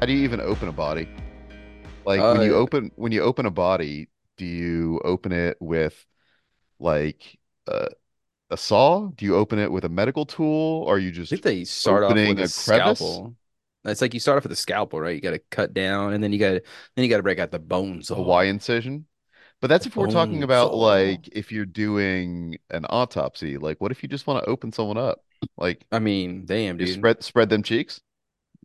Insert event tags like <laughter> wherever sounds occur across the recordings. How do you even open a body? Like Uh, when you open when you open a body, do you open it with like a, a saw? Do you open it with a medical tool? Or you I just think they start off opening with a, a crevice? scalpel. It's like you start off with a scalpel, right? You got to cut down, and then you got to then you got to break out the bones. a saw. Y incision? But that's The if we're talking bone about saw. like if you're doing an autopsy, like what if you just want to open someone up? Like I mean, damn, you dude. spread spread them cheeks?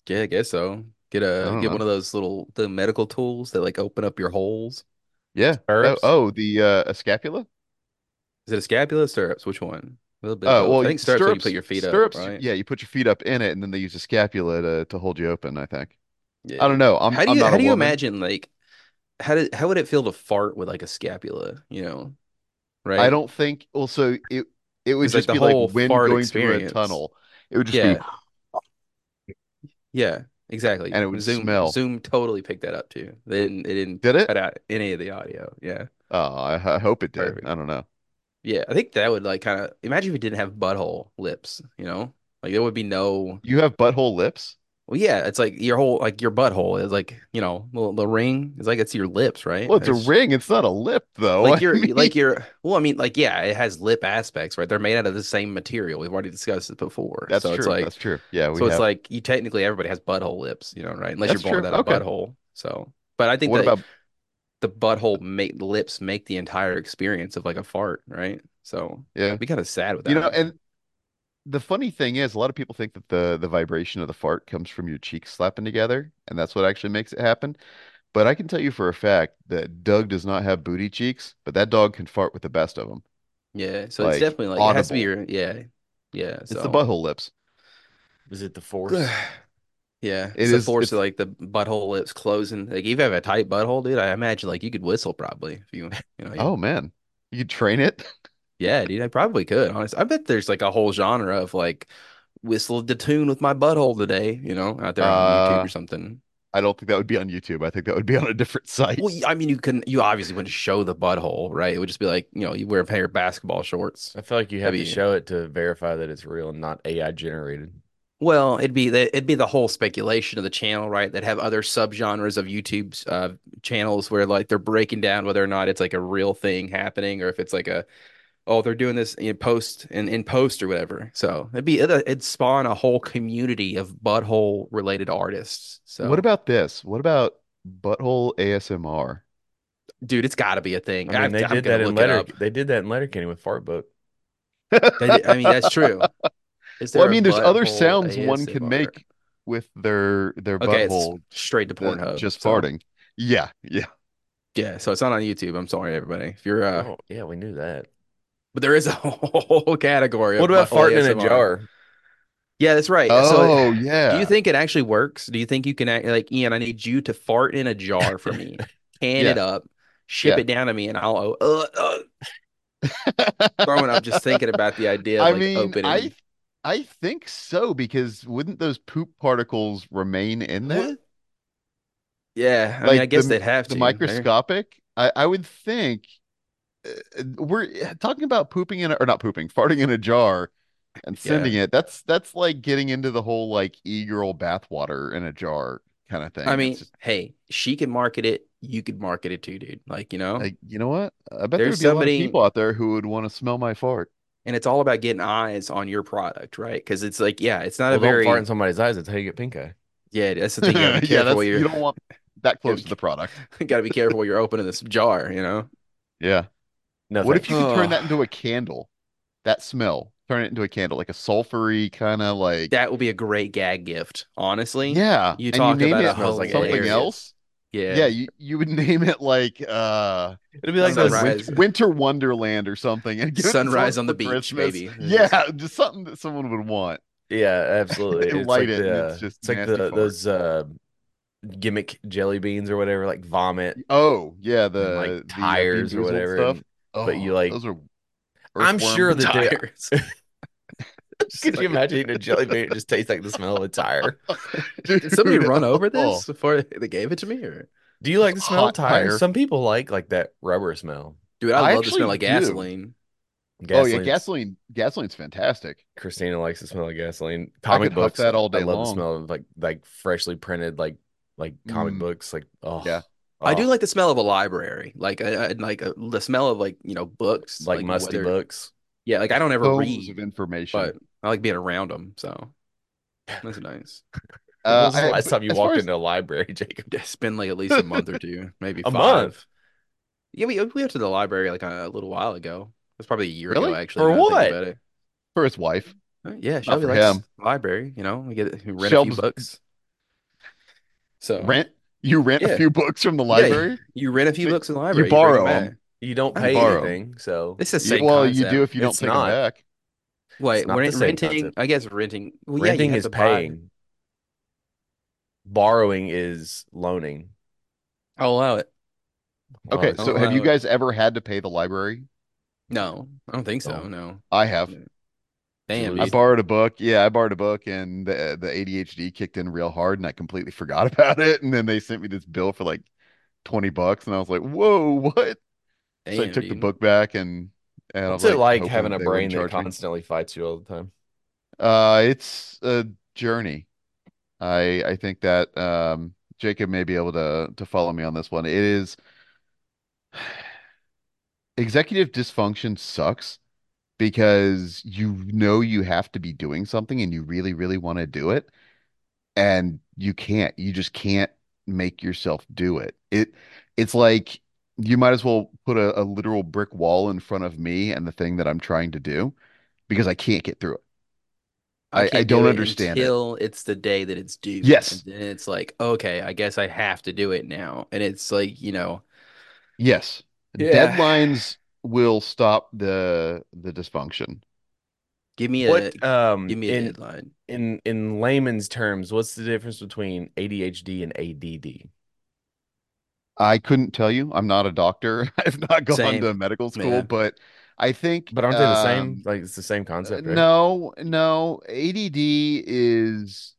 Yeah, I guess so. Get a don't get know. one of those little the medical tools that like open up your holes. Yeah. Oh, Stirrups? oh, the uh a scapula? Is it a scapula or stirrups? Which one? A little bit of Oh, both. well, I think stirrups when you put stirrups- your feet up, stirrups, you- right? yeah, you put your feet up in it and then they use a scapula to to hold you open, I think. Yeah. I don't know. I'm How do I'm you not how a do you woman. imagine like how did how would it feel to fart with like a scapula? You know, I right? don't think. Well, so it it would It's like just the be like whole wind fart going through experience. a tunnel. It would just Yeah. be Yeah, exactly. And it would Zoom smell. Zoom totally picked that up too. They didn't they didn't did it? cut out any of the audio. Yeah. Oh, I, I hope it did. Perfect. I don't know. Yeah. I think that would like kind of imagine if we didn't have butthole lips, you know? Like there would be no You have butthole lips? well yeah, it's like your whole like your butthole is like, you know, the, the ring is like it's your lips, right? Well, it's a It's- ring. It's not a lip though. like <laughs> I your mean, like your well, I mean like yeah, it has lip aspects, right? They're made out of the same material. We've already discussed it before. that's So it's true. like That's true. Yeah, we So it's have. like you technically everybody has butthole lips, you know, right? Unless That's you're born true. without a Okay. butthole. So, but I think What that about the butthole make lips make the entire experience of like a fart, right? So yeah? be kind of sad with You know, that. and the funny thing is, a lot of people think that the the vibration of the fart comes from your cheeks slapping together, and that's what actually makes it happen. But I can tell you for a fact that Doug does not have booty cheeks, but that dog can fart with the best of them. yeah. So like, it's definitely like it has to be your yeah, yeah. It's the so butthole lips. Is it the force? <sighs> yeah, It it's the is- force it's- of like the butthole lips closing. Like if you have a tight butthole, dude, I imagine like you could whistle probably if you you know. you- Oh man, you could train it? Yeah, dude, I probably could. Honestly, I bet there's like a whole genre of like whistled the tune with my butthole today, you know, out there on YouTube Uh, or something. I don't think that would be on YouTube. I think that would be on a different site. Well, y- I mean, you couldn't, you obviously wouldn't show the butthole, right? It would just be like, you know, you wear a pair of basketball shorts. I feel like you have to Maybe- show it to verify that it's real and not AI generated. Well, it'd be the, it'd be the whole speculation of the channel, right? That have other subgenres of YouTube's uh, channels where like they're breaking down whether or not it's like a real thing happening or if it's like a, oh, they're doing this in post and in, post or whatever. So it'd be it'd, it'd spawn a whole community of butthole related artists. So What about this? What about butthole ASMR? dude, it's got to be a thing. I mean, I've- they I'm did gonna that in look it letter. up. They did that in Letterkenny with Fart Book. <laughs> They did- I mean, that's true. Is Well, I there a mean, there's other butthole sounds one can ASMR? make with their their Okay, it's butthole straight to than Pornhub. just so- farting. Yeah, yeah. Yeah, so it's not on YouTube. I'm sorry, everybody. If you're, uh, Oh, yeah, we knew that. but there is a <laughs> whole category of What about butthole farting in a ASMR. jar? Yeah, that's right. So, Oh, do yeah. you think it actually works? Do you think you can act like Ian? I need you to fart in a jar for <laughs> me. Can Yeah. it up, ship Yeah. it down to me, and I'll uh, uh, <laughs> throwing up just thinking about the idea of I like mean, opening. I th- I think so because wouldn't those poop particles remain in there? What? Yeah, I mean, I Like, the guess m- they'd have The to. They're- microscopic? I, I would think uh, uh, we're uh, talking about pooping in a, or not pooping, farting in a jar and Yeah. sending it. That's that's like getting into the whole like e-girl bathwater in a jar kind of thing. I It's mean, just hey, she could market it. You could market it too, dude. Like, you know, like, you know what? I bet there There's would be a lot of somebody- people out there who would want to smell my fart. and it's all about getting eyes on your product, right? Because it's like, yeah, it's not Well, a don't very, fart in somebody's eyes. That's how you get pink eye. yeah, that's the thing. You <laughs> Yeah, that's gotta <laughs> be uh, careful what you you're, don't want that close to the product. <laughs> gotta be careful what you're opening this jar, you know? Yeah. No, What if thanks. you could turn that Ugh. into a candle? That smell, turn it into a candle, like a sulfury kind of like That would be a great gag gift, honestly. yeah. You and talk name about it a smells like something hilarious- else. Yeah. Yeah, <laughs> you, you would <laughs> name it like uh It'd be like those Win- Sunrise. Winter, Wonderland or something. And give it to Sunrise someone on the for beach, Christmas. maybe. Yeah, just something that someone would want. Yeah, absolutely. They It's light like it and the, it's just it's like nasty the fart. those uh gimmick jelly beans or whatever, like vomit, Oh, yeah, and, the like the, uh, Bean tires or Boozled whatever. stuff. Oh, and- but you, like- those are I'm earthworm sure that they- Tires. Could you imagine <laughs> eating a jelly bean? It just tastes like the smell of a tire. Did somebody Dude, <laughs> run over oh. this before they gave it to me? Or Do you like the smell Hot of tire. tires? Some people like like that rubber smell. dude, I I, love the actually smell of do. gasoline. Oh yeah, Gasoline's- gasoline. Gasoline's fantastic. Christina likes the smell of gasoline. I Comic could huck books. that all I day love the long. smell of like like freshly printed like like comic Mm. books. Like oh Yeah. I do oh, like the smell of a library, like I, I like uh the smell of like you know books, like musty whether- books. Yeah, like I don't ever Tons read, of information. but I like being around them. So that's <laughs> nice. When Uh, was the I- last time you as far walked as- into a library, <laughs> Jacob? It's been like at least a month or two, maybe A five. month? Yeah, we we went to the library like a, little while ago. It was probably a year Really? ago, actually. For now that I think what? about it. for his wife. Uh, Yeah, Shelby for likes him. the library. You know, we get we rent a Shelby's- few books. Oh. So Rent you rent Yeah. a few books from the Yeah, you- <laughs> library. you rent a few You- books in the library. bring borrow 'em. back. You don't I pay borrow. anything, so It's the You- same. well, you concept. do if you don't It's take 'em not. back. Wait, It's not we're the same renting. concept. I guess renting. Well, yeah, you renting have is to buy- paying. Borrowing is loaning. I'll allow Oh, it. Okay, Wow. so Oh, have you wow. guys ever had to pay the library? No, I don't think so. Oh. No, I have. damn. Absolutely. I dude. borrowed a book. Yeah, I borrowed a book, and the the ADHD kicked in real hard, and I completely <laughs> forgot about it. And then they sent me this bill for like twenty bucks, and I was like, "Whoa, <laughs> what?" so I Damn, took the dude. book back, and and I What's was it like hoping having a they wouldn't brain that charge me. constantly fights you all the time? Uh, it's a journey. I I think that um Jacob may be able to to follow me on this one. It is <sighs> executive dysfunction sucks because you know you have to be doing something and you really, really want to do it, and you can't. You just can't make yourself do it. It it's like you might as well put a, a literal brick wall in front of me and the thing that I'm trying to do because I can't get through it. I- I can't don't do it understand it. until it's the day that it's due. Yes. And then it's like, okay, I guess I have to do it now. And it's like, you know, Yes. Yeah. Deadlines will stop the the dysfunction. give me a What um give me a in deadline. in in layman's terms, what's the difference between ADHD and ADD? I couldn't tell you. I'm not a doctor. <laughs> I've not gone Same. to medical school, Yeah. but I think But aren't they the same? um, Like it's the same concept, right? no, no. ADD is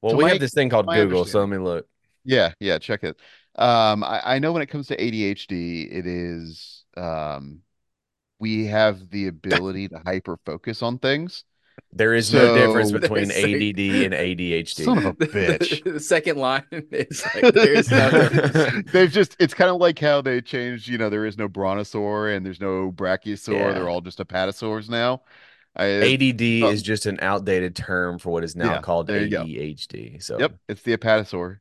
Well, to we my- have this thing called my Google, so let me look. yeah, yeah, check it. Um, I, I know when it comes to ADHD, it is um we have the ability to hyper focus on things. There is no <laughs> difference So- between It's like- ADD and ADHD. Son of <laughs> a bitch. <laughs> the second line is like, there's nothing. They've just, it's kind of like how they changed, you know, there is no brontosaur and there's no brachiosaur. Yeah. They're all just apatosaurs now. I, ADD Um, is just an outdated term for what is now yeah, called there you go. ADHD. So, yep, it's the apatosaur.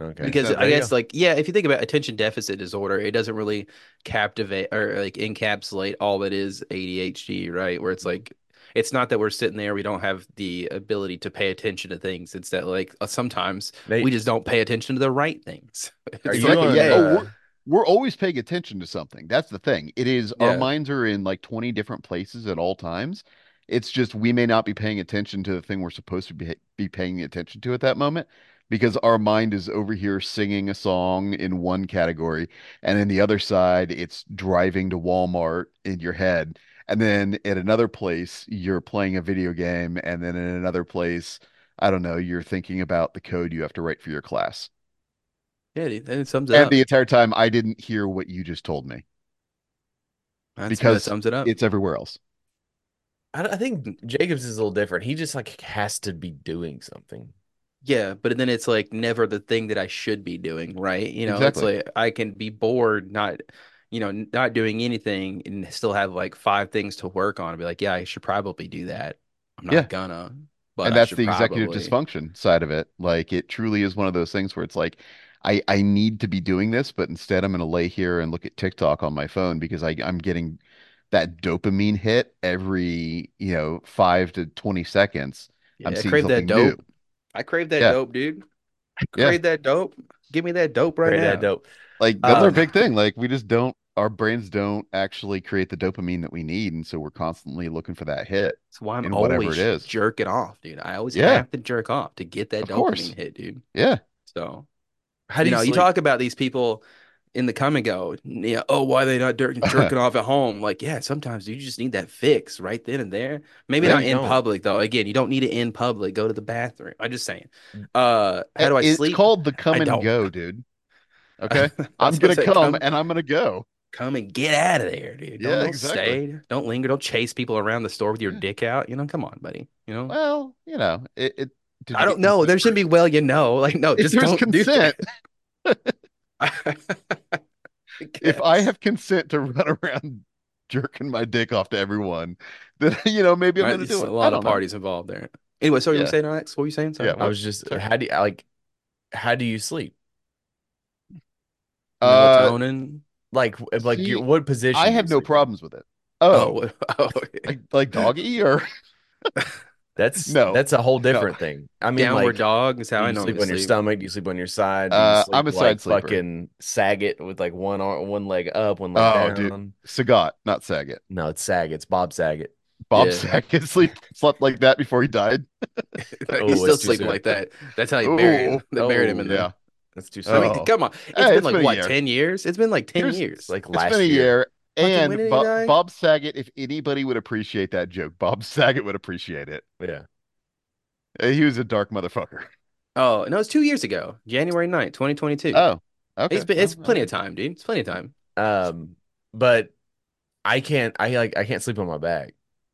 okay. Because So I there you guess go. like yeah, if you think about attention deficit disorder, it doesn't really captivate or like encapsulate all that is ADHD, right? Where it's like it's not that we're sitting there, we don't have the ability to pay attention to things. It's that like uh, sometimes Nate, we just don't pay attention to the right things. <laughs> are it's you like, on, yeah, oh, uh, we're- We're always paying attention to something. That's the thing. It is our Yeah. minds are in like 20 different places at all times. It's just we may not be paying attention to the thing we're supposed to be, be paying attention to at that moment because our mind is over here singing a song in one category, and in the other side, it's driving to Walmart in your head. And then at another place, you're playing a video game, and then in another place, I don't know, you're thinking about the code you have to write for your class. Yeah, dude, that sums it And up. the entire time, I didn't hear what you just told me. That's- because that sums it up. It's everywhere else. I, I think Jacobs is a little different. He just like has to be doing something. Yeah, but then it's like never the thing that I should be doing, right? You know, Exactly. it's like I can be bored, not, you know, n- not doing anything and still have like five things to work on and be like, yeah, I should probably do that. I'm not Yeah. gonna, but and I that's should the executive probably. dysfunction side of it. Like it truly is one of those things where it's like, I I need to be doing this, but instead I'm going to lay here and look at TikTok on my phone because I I'm getting that dopamine hit every, you know, five to 20 seconds. I'm Yeah, I seeing crave that something new. dope. I crave that Yeah. dope, dude. Yeah. Grade that dope. Give me that dope right Right now. that dope. Like that's our Um, big thing. Like we just don't our brains don't actually create the dopamine that we need, and so we're constantly looking for that hit. That's why I'm and whatever always it is. jerking off, dude. I always Yeah. have to jerk off to get that Of dopamine course. hit, dude. Yeah. So How do you you, know, you sleep? talk about these people in the come and go. Yeah, oh, why are they <laughs> not jer- jerking off at home? Like, yeah, sometimes you just need that fix right then and there. Maybe Yeah, not you in don't. public though. Again, you don't need it in public. Go to the bathroom. I'm just saying. Uh, how do I Mm. it's sleep? called the come and don't. go, dude. Okay. <laughs> I I'm was gonna gonna say, come, come- and I'm gonna go. Come and get out of there, dude. Don't, Yeah, don't exactly. stay. Don't linger. Don't chase people around the store with your Yeah. dick out. You know, come on, buddy. You know, Well, you know, it, it did I you don't get know. consent There shouldn't be well, you know. Like, no, first? just if there's don't do consent, that. <laughs> if I have consent to run <laughs> around jerking my dick off to everyone, then <laughs> you know, maybe I'm Right, gonna there's do it. a I lot don't of know. parties involved there. Anyway, so you were Yeah. saying Alex? What were you saying? Sorry. Yeah, I was just how do you like how do you sleep? Uh, melatonin. Like w- like your- See, what position? I do you have no sleep in? problems with it. <laughs> Oh, Oh, oh, okay. like like <laughs> doggy or That's No. that's a whole different thing. I mean, downward like, dog is how do I you know. sleep on your stomach. Do you sleep on your side? Do you Uh, I'm sleep, a side like, sleeper. Fucking Saget with like one arm, one leg up, one leg Oh, dude. down. Sagat, not Saget. No, it's Saget. It's Bob Saget. Bob Yeah. Saget <laughs> sleep slept like that before he died. <laughs> He's Oh, it's still too sleeping soon. like that. That's how they buried him. Ooh, They buried him in Yeah, there. That's too I mean, Oh. come on. Hey, it's it's been like been a what, year. 10 years? It's been like 10 Here's- years. Like it's last been a year. Fucking when And did he Bo- die? Bob Saget, if anybody would appreciate that joke, Bob Saget would appreciate it. Yeah. Uh, He was a dark motherfucker. oh, no, it's two years ago. January 9th, 2022. Oh, okay. It's been, it's Well, plenty all of time, dude. It's plenty of time. Um, but I can't. I like. I can't sleep on my back.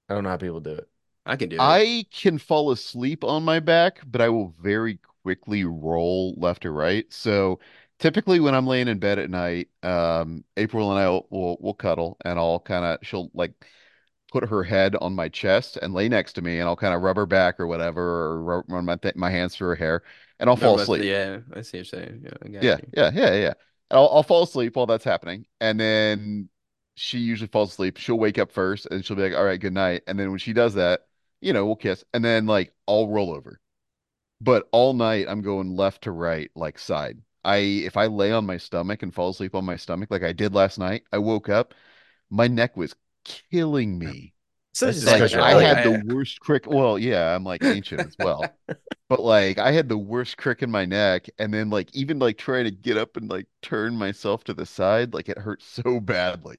I don't know how people do it. I can do it. I can fall asleep on my back, but I will very quickly roll left or right. So typically when I'm laying in bed at night, um, April and I will will, will cuddle and I'll kind of she'll like put her head on my chest and lay next to me and I'll kind of rub her back or whatever or rub, run my th my hands through her hair and I'll No, fall but- asleep. Yeah, I see what you're saying. Yeah, I got Yeah, you. yeah, yeah, yeah. And I'll I'll fall asleep while that's happening, and then she usually falls asleep. She'll wake up first, and she'll be like, "All right, good night." And then when she does that, you know, we'll kiss, and then like I'll roll over. But all night I'm going left to right, like side. I if I lay on my stomach and fall asleep on my stomach like I did last night, I woke up, my neck was killing me. So That's it's just just Like 'cause you're I old. had the worst crick. Well, yeah, I'm like ancient as well. But like I had the worst crick in my neck, and then like even like trying to get up and like turn myself to the side, like it hurt so badly.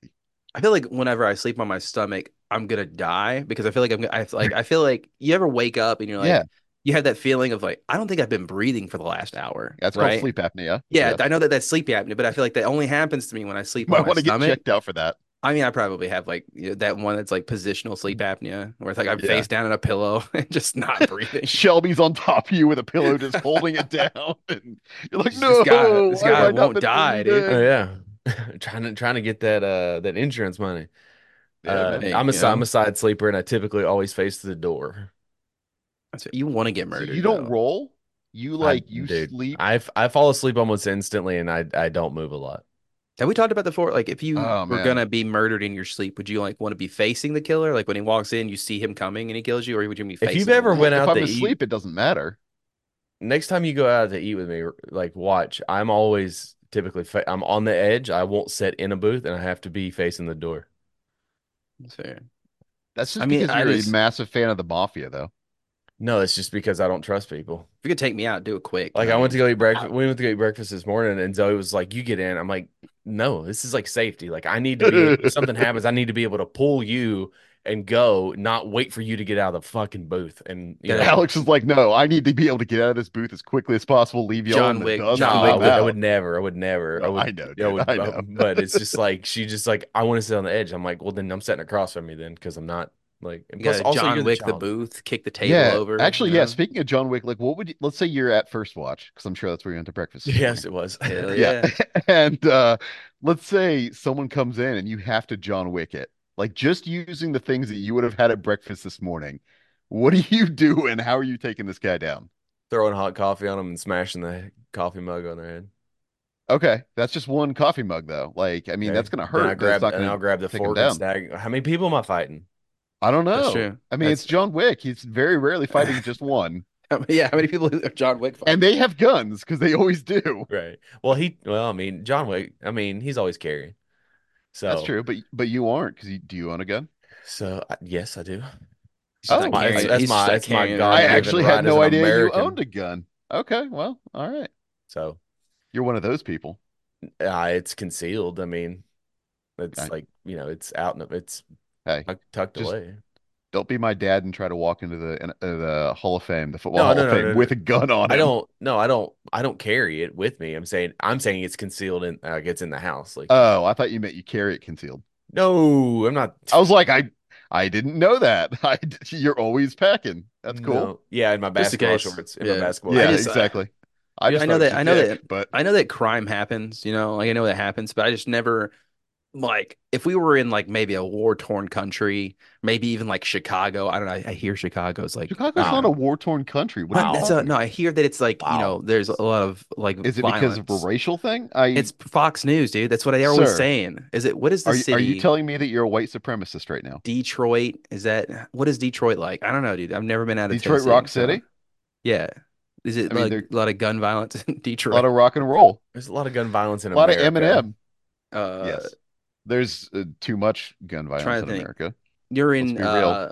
I feel like whenever I sleep on my stomach, I'm gonna die because I feel like I'm gonna- I like I feel like you ever wake up and you're like Yeah. you have that feeling of like I don't think I've been breathing for the last hour. That's called right. sleep apnea. Yeah, I know that that's sleep apnea, but I feel like that only happens to me when I sleep might on my want to get stomach. checked out for that. I mean, I probably have like you know, that one that's like positional sleep apnea, where it's like I'm Mm. Yeah. face down in a pillow <laughs> and <laughs> just not breathing. <laughs> Shelby's on top of you with a pillow, just holding it down, and you're like, This "No, guy- this why have guy I not won't been die, dude." doing Oh this?" yeah, <laughs> trying to trying to get that uh that insurance money. Yeah, Uh, man. Hey, I'm a you si- I'm know? a side sleeper, and I typically always face the door. That's what- you want to get So murdered. you don't though. roll. You I- like you dude, sleep. I f- I fall asleep almost instantly, and I I don't move a lot. Have we talked about that before? Like, if you Oh, were man. gonna be murdered in your sleep, would you like want to be facing the killer? Like when he walks in, you see him coming and he kills you, or would you be you've facing? ever him? went If out I'm to eat- asleep, it doesn't matter. Next time you go out to eat with me, like watch, I'm always typically fa- I'm on the edge. I won't sit in a booth, and I have to be facing the door. That's fair. That's I just mean, because I you're just- a massive fan of the mafia, though. No, it's just because I don't trust people. If you could take me out, do it quick. Like I went to go eat breakfast. I- We went to go eat breakfast this morning, and Zoe was like, "You get in." I'm like, "No, this is like safety. Like I need to be. <laughs> If something happens, I need to be able to pull you and go, not wait for you to get out of the fucking booth." And you Yeah, know, <laughs> Alex is like, no, I need to be able to get out of this booth as quickly as possible. Leave y'all John in the Wick- dust. no, and John I I'm would, I out." would never. I would never. I No, would. I know, yeah, I dude, <laughs> would- I know. but it's just like she just like I want to sit on the edge. I'm like, well, then I'm sitting across from you then because I'm not like. and You plus, gotta also John you're Wick the child. booth, kick the table yeah, over. actually, you yeah. know? Speaking of John Wick, like, what would you? Let's say you're at first watch because I'm sure that's where you went to breakfast. this <laughs> Yes, it was. <laughs> Hell morning. yeah. <laughs> yeah. and uh, let's say someone comes in and you have to John Wick it, like just using the things that you would have had at breakfast this morning. What do you <laughs> do, and how are you taking this guy down? Throwing hot coffee on them and smashing the coffee mug on their head. Okay, that's just one coffee mug, though. Like, I mean, Okay. that's gonna Then hurt. I but grab it's not and gonna- I'll grab the take 'em fork down. and stag. How many people am I fighting? I don't know. That's true. <laughs> I mean, That's- <laughs> it's John Wick. He's very rarely fighting just one. yeah, how many people are John Wick? And they have guns because they always do. Right. Well, he. Well, I mean, John Wick. I mean, he's always carrying. So That's true, but but you aren't because you, do you own a gun? So I, yes, I do. He's just Oh, not I- carrying it. that's He's my- just not that's my carrying it. God I given actually had right as no an idea American. you owned a gun. Okay, well, all right. So You're one of those people. uh, it's concealed. I mean, it's I- like you know, it's out and it's Hey, tuck- tucked just- away. Don't be my dad and try to walk into the in- uh, the Hall of Fame, the football No, Hall no, of no, Fame no, no. with a gun on I him. don't. No, I don't. I don't carry it with me. I'm saying. I'm saying it's concealed and like it's in the house. Like Oh, I thought you meant you carry it concealed. no, I'm not. I was like, I I didn't know that. <laughs> I d- you're always packing. That's cool. No. Yeah, in my Just in basketball case. shorts. In Yeah. my basketball. Yeah, I uh, just- exactly. I just I know thought it was that- a I know dick, but I know that crime happens, you know, like I know that happens, but I just never like if we were in like maybe a war torn country, maybe even like Chicago. I don't know. I, I hear Chicago's like Chicago's I not don't a know. war torn country. What But are you <laughs> that's a- talking no, I hear that it's like, Wow. you know, there's a lot of like Is it because of violence. a racial thing? I It's Fox News, dude. That's what I always Sir, saying. Is it what is the are you, city? are you telling me that you're a white supremacist right now? Detroit? Is that what is Detroit like? I don't know, dude. I've never been out of Detroit Tennessee, Rock so- <laughs> City, Yeah. Is it I mean, like they're- a lot of gun violence in <laughs> a Detroit? lot of rock and roll, There's a lot of gun violence in a lot of America. Eminem. uh, yes, there's uh, too much gun trying violence to in think. America. you're Let's in be real. uh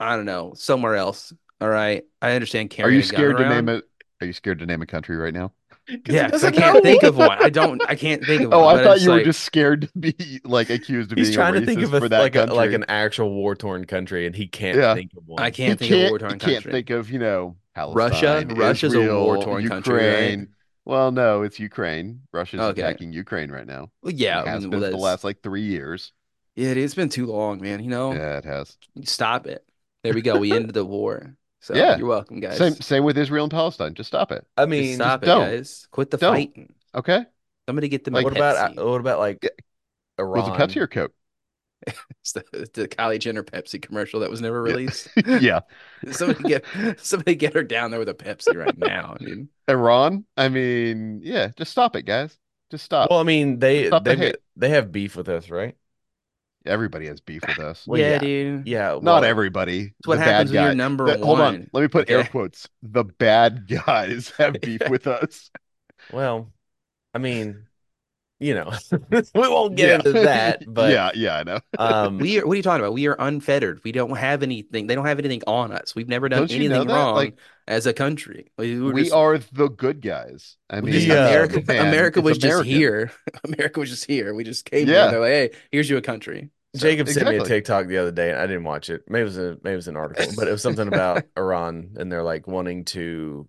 I don't know, somewhere else. All right. I understand Are carrying you a gun scared to name around. it? Are you scared to name a country right now? <laughs> 'Cause he Yeah, 'cause I doesn't can't know. think of one. <laughs> I don't I can't think of one. Oh, I but thought it's you were like- just scared to be like accused of He's being trying a to think racist of a, for that like a, like country. an actual war torn country, and he can't Yeah. think of one. I He can't think of a can't- war torn he can't country. think of, you know, Russia? Palestine, Russia's a Israel, war-torn country, right? Ukraine. Well, no, it's Ukraine. Russia's Okay. attacking Ukraine right now. Well, yeah, It I has mean, been well, for the that's- last like three years. yeah, it's been too long, man. You know, Yeah, it has. stop it. There we go. <laughs> We ended the war. So Yeah. you're welcome, guys. Same same with Israel and Palestine. Just stop it. I Just mean, stop it, don't. guys. Quit the Don't. fighting. Okay? Somebody get them a what about Pepsi. uh, what about like Yeah. Was Iran? it Pepsi or <laughs> Coke? It's the, it's the Kylie Jenner Pepsi commercial that was never Yeah. released. Yeah. somebody get <laughs> somebody get her down there with a Pepsi right now. I mean, Iran? I mean, yeah, just stop it, guys. Just stop. Well, I mean, they Stop the they've hate. got- they have beef with us, right? Everybody has beef with us. Well, yeah, yeah. dude. Yeah, Not well, everybody. That's what the happens bad when you're guy- number the- one. hold on. Let me put air Okay. quotes. The bad guys have beef <laughs> with us. Well, I mean, you know, <laughs> we won't get Yeah. into that, <laughs> but yeah, yeah, I know. um, We are, what are you talking about? We are unfettered. We don't have anything. They don't have anything on us. We've never done Don't you know anything that? wrong Like- as a country. We, uh, we're we just- are the good guys. I we're mean, just Yeah. America. man, America it's was just American. here. <laughs> America was just here. We just came Yeah. here. They're like, hey, here's you a country. So, Jacob sent me a exactly. TikTok the other day, and I didn't watch it. Maybe it was a maybe it was an article, but it was <laughs> something about Iran and they're like wanting to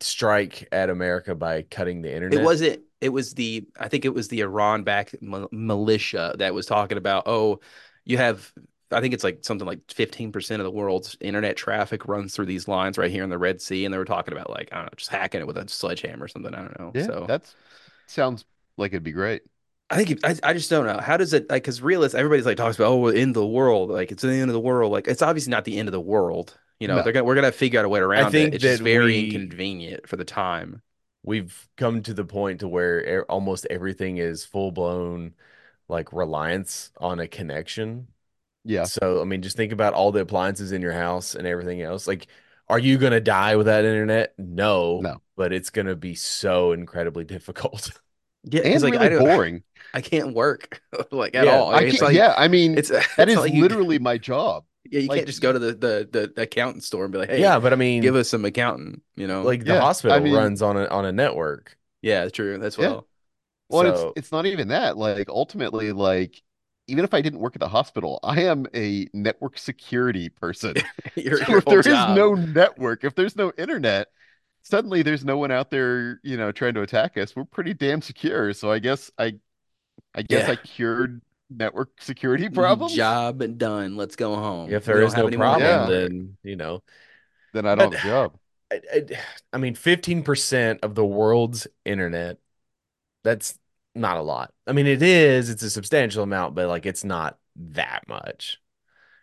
strike at America by cutting the internet. It wasn't. It was the. I think it was the Iran backed mi- militia that was talking about. Oh, you have. I think it's like something like fifteen percent of the world's internet traffic runs through these lines right here in the Red Sea, and they were talking about like I don't know, just hacking it with a sledgehammer or something. I don't know. Yeah, so that's sounds like it'd be great. I think it- I, I just don't know. How does it like because realist everybody's like talks about oh we're in the world like it's the end of the world like it's obviously not the end of the world you know No. they're gonna we're gonna figure out a way around think it it's just that very we- inconvenient for the time We've come to the point to where e- almost everything is full blown like reliance on a connection. Yeah. So, I mean, just think about all the appliances in your house and everything else. Like, are you going to die without internet? No, No. but it's going to be so incredibly <laughs> difficult. yeah And it's like I really don't <laughs> boring. I can't work <laughs> like at Yeah, all I it's can't- like yeah, I mean, it's <laughs> that that is is like you, literally my job. yeah you like- can't just go to the the the, the accountant store and be like hey yeah, but I mean, give us some accountant you know like the Yeah, I hospital mean- runs on a on a network. yeah true that's Yeah. well <laughs> Well, and So- it's it's not even that. Like ultimately, like even if I didn't work at the hospital, I am a network security person. your, <laughs> So your if there whole is job. no network, if there's no internet, suddenly there's no one out there, you know, trying to attack us. We're pretty damn secure. So I guess I, I guess Yeah. Mm, I cured network security problems. job done let's go home If We there don't is have no any more problem, Yeah. paperwork. then you know, Then I <laughs> don't have a job. I, I, I mean, fifteen percent of the world's internet. That's not a lot. I mean, it is. It's a substantial amount, but like, it's not that much.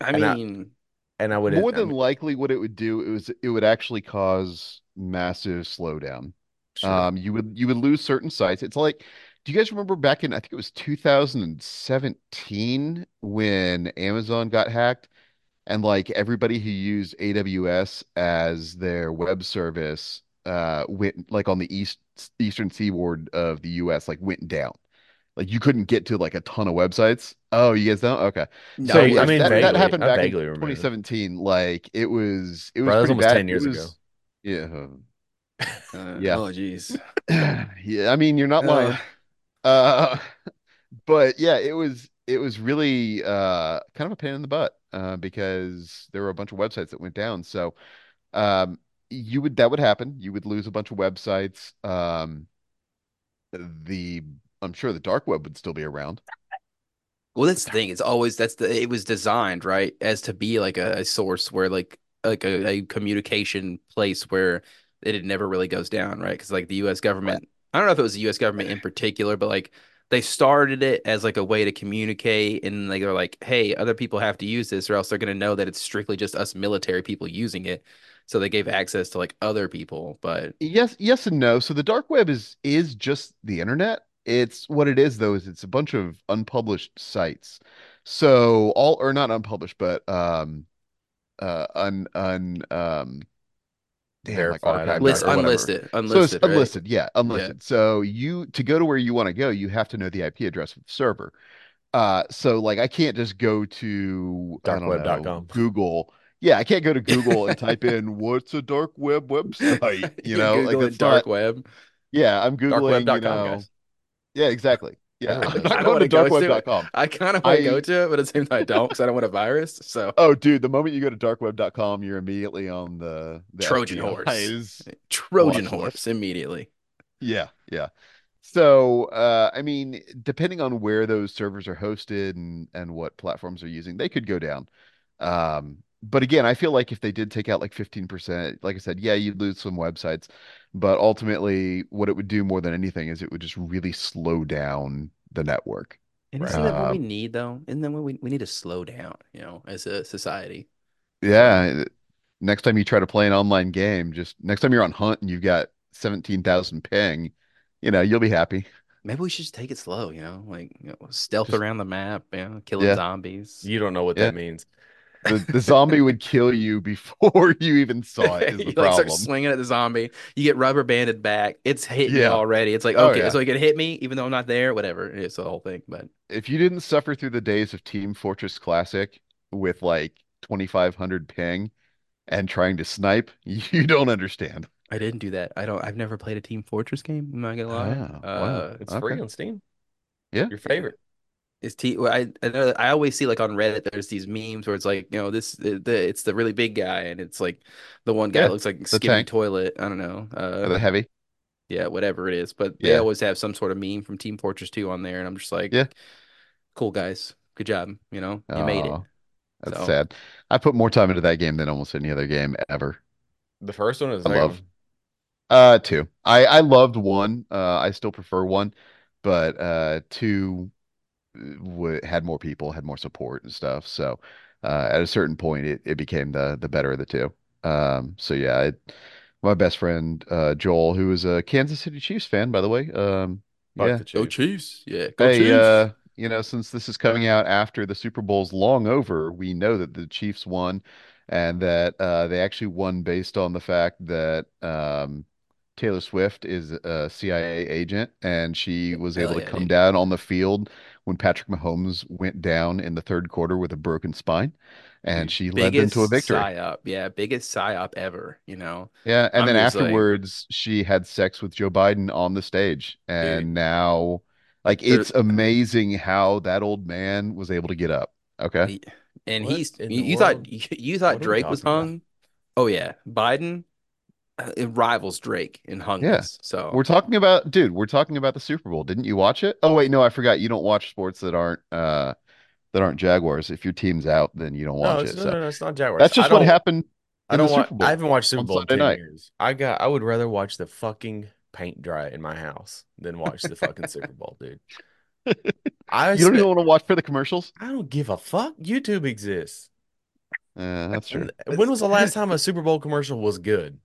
I and I- mean, And I would More I than mean, likely, what it would do it was it would actually cause massive slowdown. sure. Um, you would you would lose certain sites. It's like, do you guys remember back in I think it was 2017 when Amazon got hacked and like everybody who used AWS as their web service uh went like on the east eastern seaboard of the US like went down. Like you couldn't get to like a ton of websites. Oh, you guys don't? Okay. No, So I yes, mean, that, that vaguely- happened I back in vaguely remember. 2017. Like it was it was Bro, pretty that was almost bad. 10 years It ago. was- Yeah. Uh, Yeah. Oh, jeez. <clears throat> Yeah, I mean, you're not Oh, lying. <laughs> Uh, but yeah, it was it was really uh kind of a pain in the butt uh, because there were a bunch of websites that went down. So um, you would that would happen. You would lose a bunch of websites. Um, the I'm sure the dark web would still be around. Well, that's the thing. It's always that's the it was designed, right, as to be like a, a source where like like a, a communication place where it, it never really goes down, right? Because like the U.S. government, I don't know if it was the U.S. government <clears throat> in particular, but like they started it as like a way to communicate, and like they're like, hey, other people have to use this, or else they're gonna know that it's strictly just us military people using it. So they gave access to like other people, but Yes, yes and no. So the dark web is is just the internet. It's what it is though, is it's a bunch of unpublished sites. So all or not unpublished, but um uh un un um damn like Verified, archived list or whatever. unlisted, So it's unlisted, right? unlisted, yeah, unlisted. So you to go to where you want to go, you have to know the IP address of the server. Uh so like I can't just go to I don't know, Darkweb.com. Google. Yeah, I <laughs> can't go to Google and type in what's a dark web <laughs> website, you know? Like Google it that's not dark web. yeah, I'm Googling, you Darkweb.com, know. guys. Yeah, exactly. Yeah, Everyone I'm knows. not <laughs> I don't going to wanna go to it. darkweb.com. I kind of want I- to go to it, but at the same time, I don't because I don't want a virus. So <laughs> Oh, dude, the moment you go to darkweb.com, you're immediately on the, the Trojan FBI's. Trojan Watch horse immediately. Yeah, yeah. So, uh, I mean, depending on where those servers are hosted and and what platforms they're using, they could go down. Um, but again, I feel like if they did take out like 15%, like I said, yeah, you'd lose some websites, but ultimately what it would do more than anything is it would just really slow down the network. And Right. isn't that what we Um, need though? Isn't that what we we need to slow down, you know, as a society? Yeah. it- Next time you try to play an online game, just next time you're on Hunt and you've got 17,000 ping, you know, you'll be happy. Maybe we should just take it slow, you know, like you know, stealth Just- around the map, you know, killing Yeah. zombies. <laughs> You don't know what Yeah. that means. The the zombie would kill you before <laughs> you even saw <laughs> it is You, the like start problem. swinging at the zombie. You get rubber banded back. It's hitting you Yeah. already. It's like, Oh, okay, yeah. so it can hit me even though I'm not there, whatever. It's the whole thing. But If you didn't suffer through the days of Team Fortress Classic with like 2500 ping and trying to snipe, <laughs> you don't understand. I didn't do that. I don't I've never played a Team Fortress game, I'm not gonna Ah, lie. wow. Uh It's Okay. free on Steam. Yeah. Your favorite. Is T? well, I I know that I always see like on Reddit, there's these memes where it's like, you know, this the, the it's the really big guy, and it's like the one guy Yeah, that looks like Skibidi tank. Toilet. I don't know, uh, The heavy. yeah, whatever it is. But they Yeah. always have some sort of meme from Team Fortress 2 on there, and I'm just like, Yeah. cool guys, good job, you know, you made it. Aw, that's So- sad. I put more time into that game than almost any other game ever. The first one is I love Uh, two. I I loved one. Uh, I still prefer one, but uh, two w had more people, had more support and stuff. So, uh, at a certain point, it it became the the better of the two. Um, so yeah, it, my best friend uh Joel, who is a Kansas City Chiefs fan, by the way. Um, Fuck yeah. the Go Chiefs. Chiefs. Yeah, go Hey, Chiefs. uh, you know, since this is coming out after the Super Bowl's long over, we know that the Chiefs won and that uh, they actually won based on the fact that um, Taylor Swift is a CIA agent and she was Hell able to yeah, come dude. down on the field when Patrick Mahomes went down in the third quarter with a broken spine and Dude, she led them to a biggest victory. psyop. Yeah, biggest psyop ever, you know. Yeah, and I'm then just like- afterwards she had sex with Joe Biden on the stage. And now like There- it's amazing how that old man was able to get up. Okay. He- And What he's in you, the you thought world? you, <laughs> you thought What are we Drake was talking about? hung? Oh yeah, Biden uh, it rivals Drake in hungness. So We're talking about dude, we're talking about the Super Bowl. Didn't you watch it? Oh wait, no, I forgot. You don't watch sports that aren't uh that aren't Jaguars. If your team's out, then you don't No, watch it's, it. no, So no, no, it's not Jaguars. that's I just what don't- happened. I in the don't watch. Super Bowl I haven't watched Super on Bowl in Sunday 10 night. years. I got. I would rather watch the fucking paint dry in my house than watch the fucking Super Bowl, dude. <laughs> I You don't even spent- want to watch for the commercials? I don't give a fuck. YouTube exists. Uh, that's true. And When was the last time a Super Bowl commercial was good?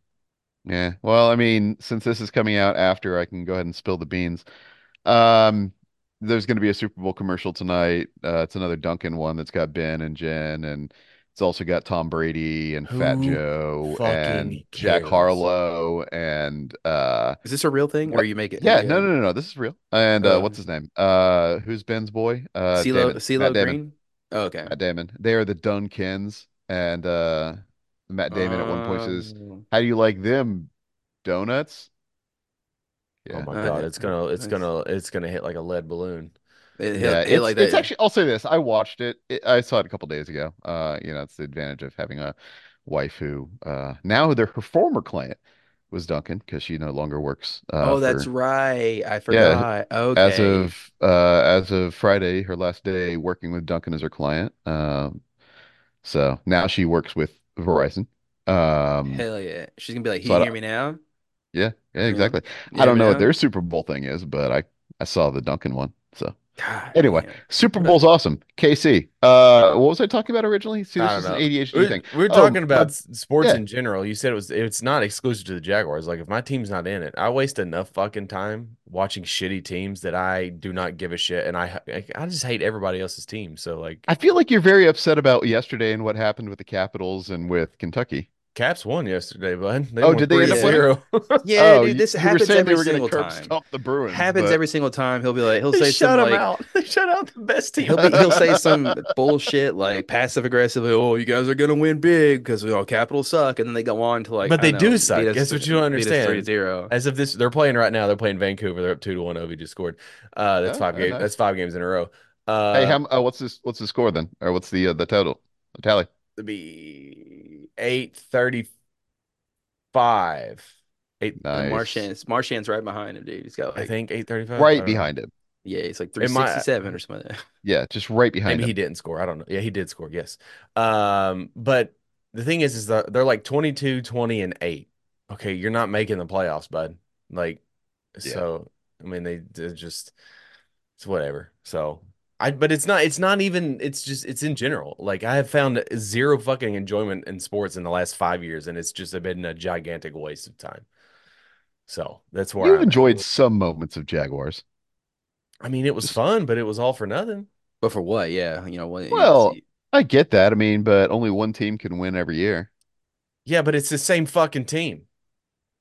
Yeah. Well, I mean, since this is coming out after, I can go ahead and spill the beans. Um, there's going to be a Super Bowl commercial tonight. Uh, it's another Dunkin' one that's got Ben and Jen, and it's It's also got Tom Brady and Fat Who Joe fucking and Jack cares? Harlow and uh Is this a real thing, or What? you make it? yeah, make no, it- no, no, no. This is real. And uh, Uh, what's his name? Uh, who's Ben's boy? Uh, CeeLo, Damon. CeeLo Matt Damon. Green. Oh, okay. Matt Damon. They are the Dunkins, and uh, Matt Damon at one point says, Um, "How do you like them donuts?" Oh Yeah. my Uh, god, it's gonna it's nice. gonna it's gonna hit like a lead balloon. it hit, Yeah, it it's like it's that. actually. I'll say this. I watched it. It- I saw it a couple days ago. Uh, you know, it's the advantage of having a wife who uh now their her former client was Duncan because she no longer works uh oh, that's for right. I forgot. okay. as of uh as of Friday, her last day working with Duncan as her client. Um, so now she works with Verizon. Um, Hell yeah. She's gonna be like, so "He I hear don't- me now." yeah, yeah, Yeah. exactly. You I don't know what now? their Super Bowl thing is, but I I saw the Duncan one. So God <laughs> anyway, damn. Super Bowl's awesome. KC, uh, what was I talking about originally? See, I this don't is an know. ADHD We're, thing. we're Oh, talking my- about s- sports yeah. in general. You said it was it's not exclusive to the Jaguars. Like if my team's not in it, I waste enough fucking time watching shitty teams that I do not give a shit, and I I I just hate everybody else's team. So like, I feel like you're very upset about yesterday and what happened with the Capitals and with Kentucky. Caps won yesterday, bud. They Oh, won did they end up winning? 3-0. Yeah, Oh, dude, you- this you were happens saying they every were gonna single curb time. stomp the Bruins, happens but- every single time. He'll be <laughs> like, he'll <laughs> They say shut some them like, out. They shut out the best team. he'll be, he'll say some bullshit like passive aggressively. Oh, you guys are gonna win big because we all capital suck, and then they go on to like, But I they know, do suck. beat us- Guess what you don't beat us understand? 3-0. As of this, they're playing right now. They're playing Vancouver. They're up two to one. Ovi just scored. Uh, that's Oh, five oh, games. nice. That's five games in a row. Uh, Hey, how, uh, what's this? What's the score then? Or what's the uh, the total? The tally? to be eight thirty-five. Eight, And Nice. Marchand's Marchand's right behind him, dude. He's got I like, think eight thirty-five. Right behind him. yeah, he's like It might- 367 or something. like that. Yeah, just right behind Maybe he him. didn't score. I don't know. Yeah, he did score. Yes. Um, but the thing is, is that they're like 22, 20, and eight. Okay, you're not making the playoffs, bud. Like, Yeah. so I mean, they they're just it's whatever. So I, but it's not. It's not even. It's just. It's in general. Like I have found zero fucking enjoyment in sports in the last five years, and it's just been a gigantic waste of time. So that's where You've I'm at. enjoyed some moments of Jaguars. I mean, it was fun, but it was all for nothing. But for what? Yeah, you know what? Well, I get that. I mean, but only one team can win every year. Yeah, but it's the same fucking team.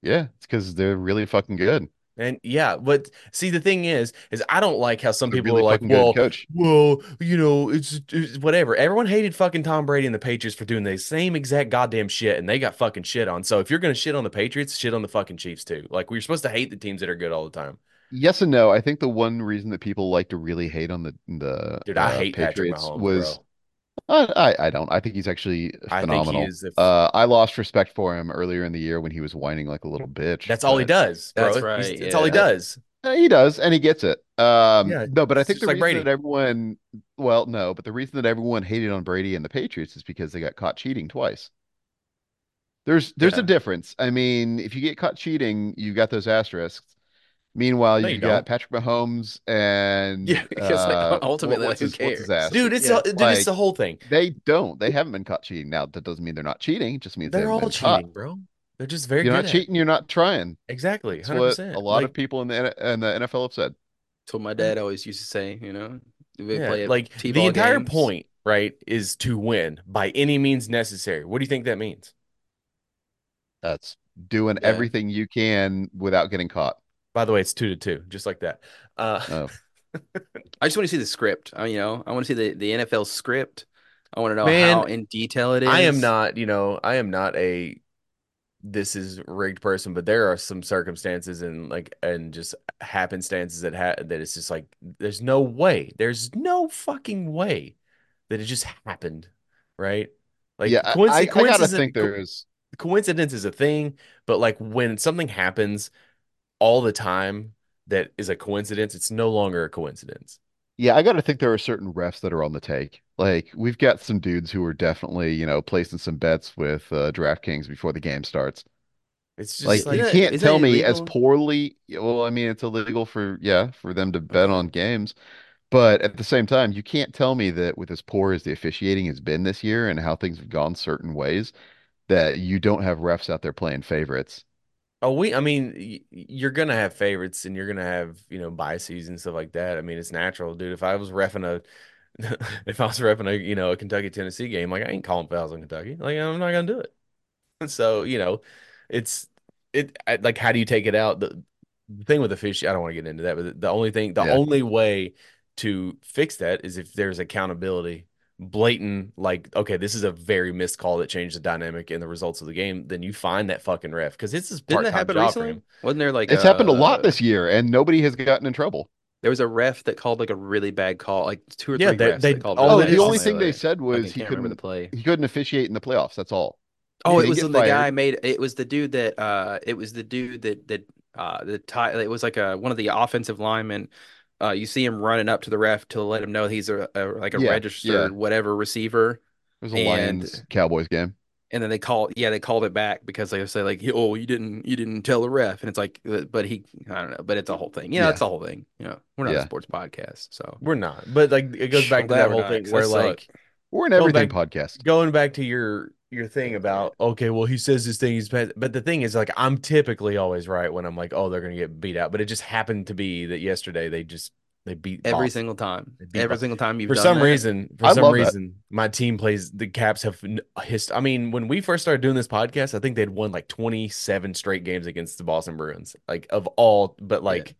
Yeah, it's because they're really fucking good. And yeah, but see, the thing is, is I don't like how some They're people really are like, fucking good well, coach. well, you know, it's, it's whatever. Everyone hated fucking Tom Brady and the Patriots for doing the same exact goddamn shit, and they got fucking shit on. So if you're gonna shit on the Patriots, shit on the fucking Chiefs too. Like we're supposed to hate the teams that are good all the time. Yes and no. I think the one reason that people like to really hate on the the Dude, I uh, hate Patrick Patriots Mahomes, was bro. I, I I don't. I think he's actually I think phenomenal. he is. The, Uh, I lost respect for him earlier in the year when he was whining like a little bitch, that's all he but does. Bro. That's He's- right, That's all he yeah. does. uh, he does, and he gets it. Um, Yeah, no, but I it's think just the like reason Brady. that everyone, well, no, but the reason that everyone hated on Brady and the Patriots is because they got caught cheating twice. There's there's a Yeah. difference. I mean, if you get caught cheating, you've got those asterisks. Meanwhile, No, you've you got Patrick Mahomes and <laughs> Yeah, 'cause, like, uh, what- ultimately, like, what's who his, what's his cares? ass? Dude, it's Yeah. the- dude, Like, it's the whole thing. They don't. They haven't been caught cheating. Now, that doesn't mean they're not cheating. It just means they They're haven't all been cheating, caught. bro. They're just very Uh, You're good not at it. cheating. You're not trying. Exactly, That's hundred what percent. a lot of people in the in the NFL have said. That's what my dad always used to say, you know, we Yeah, play at like the T-ball entire games. point, right, is to win by any means necessary. What do you think that means? That's doing Yeah. everything you can without getting caught. By the way, it's two to two, just like that. Uh, Oh. I just want to see the script. I, you know, I want to see the, the NFL script. I want to know Man, how in detail it is. I am not, you know, I am not a this is rigged person, but there are some circumstances and like and just happenstances that ha that it's just like there's no way, there's no fucking way that it just happened, right? Like yeah, I- coinci- I, I gotta coincidence- think co- there's coincidence is a thing, but like when something happens all the time that is a coincidence, it's no longer a coincidence. yeah, I gotta think there are certain refs that are on the take. Like we've got some dudes who are definitely, you know, placing some bets with uh, DraftKings before the game starts. It's just Like like, you that- can't isn't tell it me as illegal? poorly. Well, I mean, it's illegal for yeah for them to bet on games, but at the same time, you can't tell me that with as poor as the officiating has been this year and how things have gone certain ways, that you don't have refs out there playing favorites. oh, we, I mean, y- you're gonna have favorites and you're gonna have, you know, biases and stuff like that. I mean, it's natural, dude. If I was refing a <laughs> if I was repping a you know a Kentucky Tennessee game, like I ain't calling fouls on Kentucky. Like I'm not gonna do it. <laughs> And so you know, it's it I, like how do you take it out? The, the thing with the fish, I don't want to get into that, but the only thing, the Yeah. only way to fix that is if there's accountability, blatant like okay, this is a very missed call that changed the dynamic and the results of the game. Then you find that fucking ref because it's his Didn't part that time happen job for recently? him. Wasn't there like It's happened a lot uh, this year, and nobody has gotten in trouble. There was a ref that called like a really bad call, like two or Yeah, three they- refs they- that called. all Oh, really it bad the is- only calls. thing they said I was he can't remember the couldn't play. he couldn't officiate in the playoffs. That's all. Oh, it didn't was get when the guy fired. made it was the dude that uh it was the dude that that uh the tie it was like a one of the offensive linemen. Uh you see him running up to the ref to let him know he's a, a like a Yeah, yeah. registered whatever receiver. It was a And- Lions Cowboys game. And then they call yeah, they called it back because they say like oh you didn't you didn't tell the ref and it's like uh, but he I don't know, but it's a whole thing. You know, Yeah. it's a whole thing. You know, we're not a Yeah. sports podcast, so We're not, but like it goes back to Glad that we're whole not, thing 'cause where that sucked. like We're an everything podcast. going back to your your thing about okay well he says this thing he's bad but the thing is like i'm typically always right when i'm like oh they're gonna get beat out but it just happened to be that yesterday they just they beat every Boston. single time. It'd be Every Bo- single time you've for done some that. reason for I some love that. reason my team plays the caps have n- hist- i mean when we first started doing this podcast i think they'd won like 27 straight games against the boston bruins like of all but like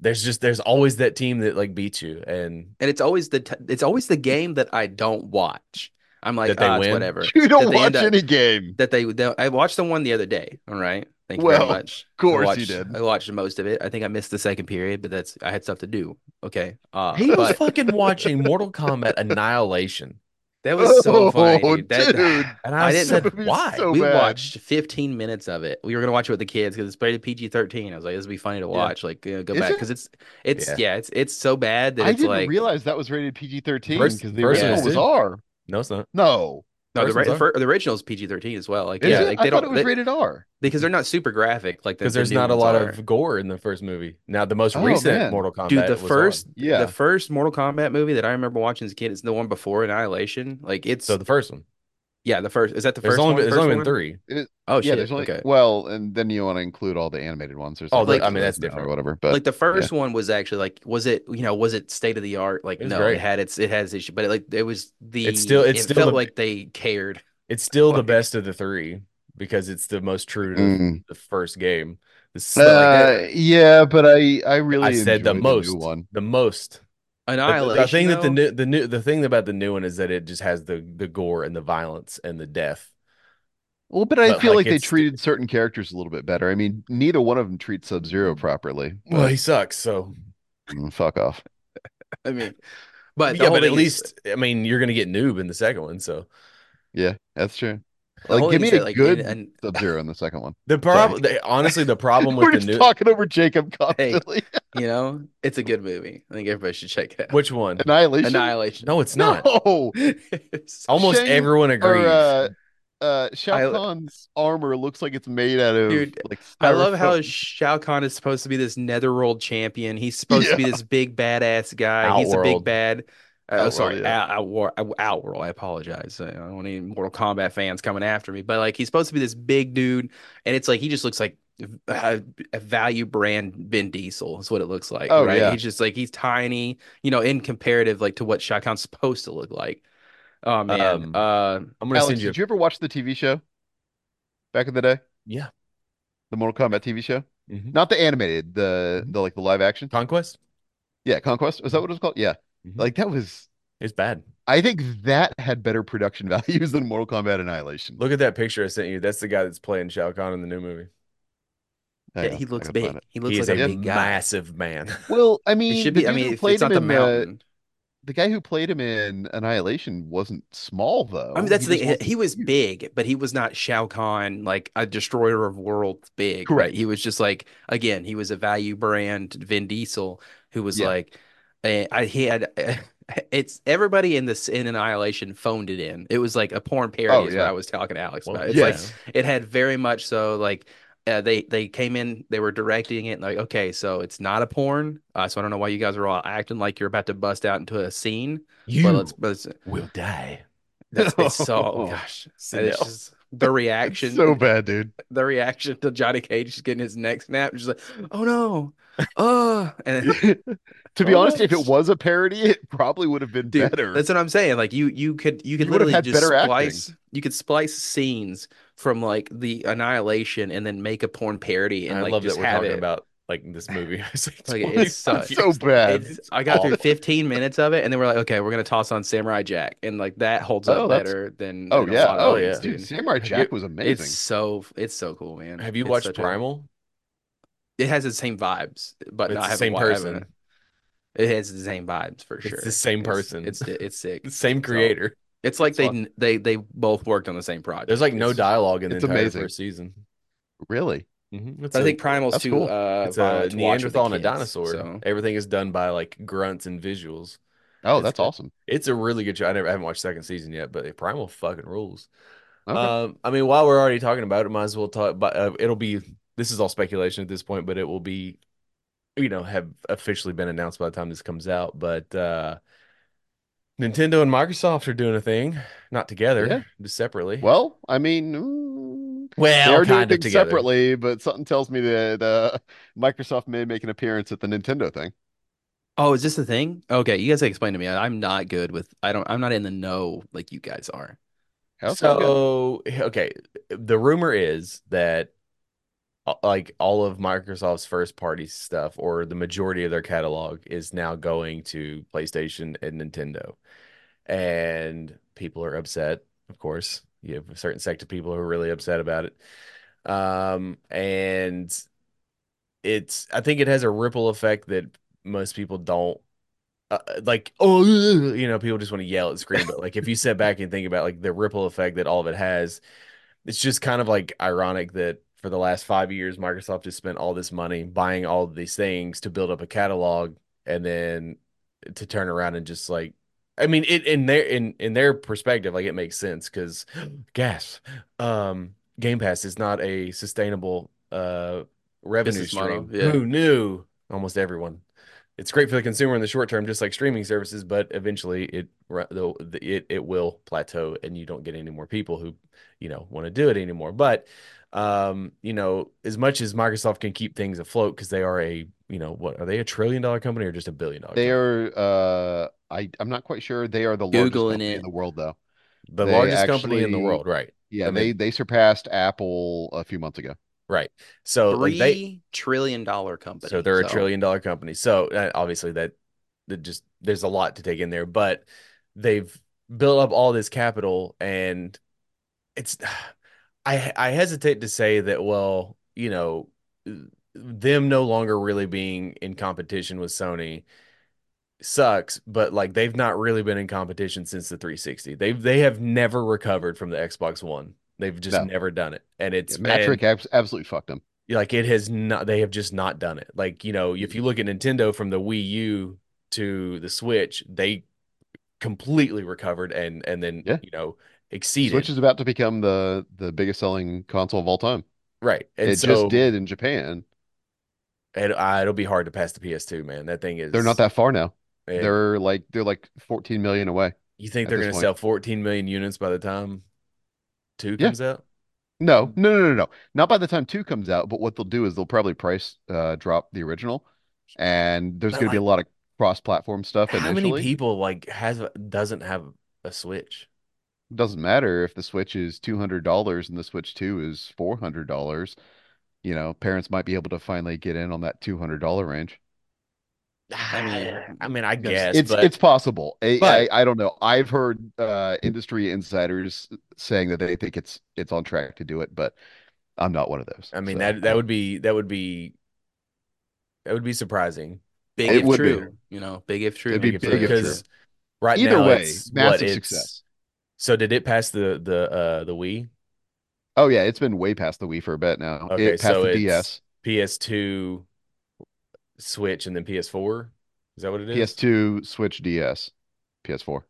there's just there's always that team that like beats you and and it's always the t- it's always the game that I don't watch. I'm like, That they "Ah, it's win? whatever. You that don't they watch end up- any game. That they, they I watched the one the other day. All right, thank you Well, very much. Of course I you watched, did. I watched most of it. I think I missed the second period, but that's I had stuff to do. Okay, uh, he was but fucking <laughs> watching mortal kombat annihilation that was so funny. <laughs> Oh, dude. That- dude. And I I, didn't- said, That'd be why? so we bad. watched 15 minutes of it. We were gonna watch it with the kids because it's rated PG 13. I was like, this would be funny to watch. Like, you know, go Is back it? because it's it's Yeah. yeah. it's it's so bad that I it's didn't like realize that was rated PG thirteen Vers- because the versus original was two. R. no, it's not. No, no the, Persons ri- are. fir- the original is PG 13 as well. Like Is yeah, it? like I they thought don't it was they- rated R. because they're not super graphic like the- Because the there's new not a ones lot are. of gore in the first movie. Now, the most Oh, recent man. Mortal Kombat. Dude, the was first on. Yeah, the first Mortal Kombat movie that I remember watching as a kid is the one before Annihilation. Like it's So the first one. yeah, the first is that the There's first only, one? there's First only one? been three. Oh yeah. shit. There's only okay. well, and then you want to include all the animated ones or Oh, something. the- I so mean, that's now different. or whatever. But like the first one was actually like was it you know was it state of the art like It was no great. it had its it has issue but it, like it was the still- it's it still felt the- like they cared It's still the Like- best of the three because it's the most true to Mm. the first game. The, s- uh, like, the- yeah, but I I really I said the enjoyed most. new one. the most. But the- Annihilation. The thing that the though, new, the new, the thing about the new one is that it just has the the gore and the violence and the death. Well, but I But, feel like, like, they it's- treated certain characters a little bit better. I mean, neither one of them treats Sub Mm. Zero properly. Well, but, he sucks. So, mm, fuck off. I mean, but the yeah, whole but at thing is- least I mean, you're gonna get noob in the second one. So Yeah, that's true. the Like, whole give thing me is a that, like, in- good <laughs> and, Sub Zero in the second one. the problem, honestly, <laughs> the problem with We're the just new talking over Jacob constantly. <laughs> you know it's a good movie. I think everybody should check it out. <laughs> which one? Annihilation. Annihilation. No, it's not. No. <laughs> It's- Almost Shang everyone Or, agrees. uh, uh, Shao I- Kahn's armor looks like it's made out of Dude, like I love how styrofoam. Shao Kahn is supposed to be this netherworld champion. He's supposed to be this big badass guy. He's a big Outworld. bad. Uh, Outworld, sorry, yeah. out, outwar, out- outworld. I apologize. I don't want any Mortal Kombat fans coming after me. But like, he's supposed to be this big dude, and it's like he just looks like a, a value brand Vin Diesel is what it looks like. Oh, right? yeah. He's just like he's tiny, you know, in comparative like to what Shao Kahn's supposed to look like. Oh man. Um, uh, I'm gonna Alex, send you. did you ever watch the TV show back in the day? Yeah. The Mortal Kombat TV show, Mhm. not the animated, the the like the live action. Conquest Yeah, Conquest. Was that what it was called? Yeah, Mm-hmm. Mhm. like that was. is bad. I think that had better production <laughs> values than Mortal Kombat Annihilation. Look at that picture I sent you. That's the guy that's playing Shao Kahn in the new movie. Hang on, he I looks gotta find big. it. He looks he is like a a big guy. massive man. Well, I mean, It should the be. I dude who mean, it's, played it's not him the in, uh, mountain. the guy who played him in Annihilation wasn't small though. I mean, that's He the just thing. wasn't He was huge. big, but he was not Shao Kahn, like a destroyer of worlds big. right? Correct. He was just like, again, he was a value brand Vin Diesel who was Yeah. like, eh, I he had. <laughs> It's everybody in this in Annihilation phoned it in. It was like a porn parody Oh, is yeah. what I was talking to Alex Well, about. It's yeah. like it had very much so like uh, they they came in, they were directing it, and like okay, so it's not a porn. Uh, so I don't know why you guys are all acting like you're about to bust out into a scene. You But let's, but let's will die. <laughs> that's it's so oh, gosh. So And it's no. just the It's reaction, so bad, <laughs> dude. <laughs> the reaction to Johnny Cage just getting his neck snapped, just like, <laughs> oh no, uh, and to be Oh, honest, if it nice. was a parody, it probably would have been Dude, better. That's what I'm saying. Like you, you could, you could You would've literally had just better acting. splice. You could splice scenes from like the Annihilation and then make a porn parody and I like love just that we're have talking it. about like this movie. <laughs> I was like, Like, it 25 sucks. <laughs> years so old. bad. It's- I got through 15 minutes of it, and then we're like, okay, we're gonna toss on Samurai Jack, and like that holds Oh, up that's- better than. oh than a yeah, lot of oh movies, yeah, movies, dude. dude. Samurai Jack was amazing. It's so it's so cool, man. Have you It's watched such a- Primal? it has the same vibes, but It's not the haven't same wa- haven't- person. It has the same vibes for It's sure. the same person. It's it's <laughs> sick. Same creator. It's like It's they awesome. they they both worked on the same project. There's like no It's- dialogue in the it's entire amazing. first season. really? Mhm. It's But I a- think Primal's that's too cool. uh it's a violent to watch with the Neanderthal and a kids, dinosaur. so- Everything is done by like grunts and visuals. Oh, It's that's good. awesome. It's a really good show. I never I haven't watched second season yet, but Primal fucking rules. Okay. Uh, Um, I mean, while we're already talking about it, might as well talk. But uh, it'll be this is all speculation at this point, but it will be, you know, have officially been announced by the time this comes out. But uh, Nintendo and Microsoft are doing a thing, not together, Yeah. just separately. well, I mean, mm, they well, are doing kind of things together. separately, but something tells me that uh, <laughs> Microsoft may make an appearance at the Nintendo thing. Oh, is this the thing? Okay, you guys gotta explain to me. I, I'm not good with I don't I'm not in the know like you guys are. How's that good? So, okay, the rumor is that uh, like all of Microsoft's first party stuff or the majority of their catalog is now going to PlayStation and Nintendo. And people are upset, of course. You have a certain sect of people who are really upset about it. Um, and it's I think it has a ripple effect that most people don't uh, like oh ugh," you know people just want to yell and scream but like if you sit back and think about like the ripple effect that all of it has it's just kind of like ironic that for the last five years microsoft has spent all this money buying all of these things to build up a catalog and then to turn around and just like i mean it in their in in their perspective like it makes sense because <gasps> gas um game pass is not a sustainable uh revenue Business model, stream yeah. who knew almost everyone it's great for the consumer in the short term, just like streaming services, but eventually it ru- the, the- it it will plateau and you don't get any more people who, you know, want to do it anymore. But um, you know, as much as Microsoft can keep things afloat because they are a, you know, what are they a trillion dollar company or just a billion dollar They company? are. Uh, I I'm not quite sure. They are the largest Googling company in it. the world, though. The they largest company in the actually- world, right? Yeah, I mean- they they surpassed Apple a few months ago. Right. So Oh, like they Three trillion dollar company. So they're a trillion dollar company. So uh, obviously that that just there's a lot to take in there, but they've built up all this capital and it's <sighs> I I hesitate to say that well, you know, them no longer really being in competition with Sony sucks, but like they've not really been in competition since the 360. They've they have never recovered from the Xbox One. They've just No. never done it. And it's and- Patrick abs absolutely fucked them. like it has not they have just not done it like you know Mm-hmm. if you look at nintendo from the wii u to the switch they completely recovered and and then Yeah. you know exceeded Switch is about to become the the biggest selling console of all time. right and It so just did in Japan. it, uh, it'll be hard to pass the ps2 man that thing is They're not that far now. it- They're like they're like 14 million away. you think at they're this gonna point. sell 14 million units by the time two Yeah. comes out No, no, no, no, no. Not by the time two comes out, but what they'll do is they'll probably price uh drop the original, and there's But, going to be a lot of cross-platform stuff how many initially. people like has a- doesn't have a switch Doesn't matter if the Switch is $200 and the Switch 2 is $400. You know, parents might be able to finally get in on that $200 range. I mean- i mean i It's- guess It's but it's possible. I, but- I I don't know. I've heard uh industry insiders saying that they think it's it's on track to do it, but I'm not one of those. i mean so that I that would be that would be that would be surprising Big It if would be. true. You know, big if true. It'd be Big if big if true. because right Either now way, it's what massive it's- success. So did it pass the the uh the Wii, Oh yeah, it's been way past the Wii for a bit now. Okay, It passed so the it's DS, PS2, Switch, and then PS4? Is that what it is? PS2, Switch, DS, PS4.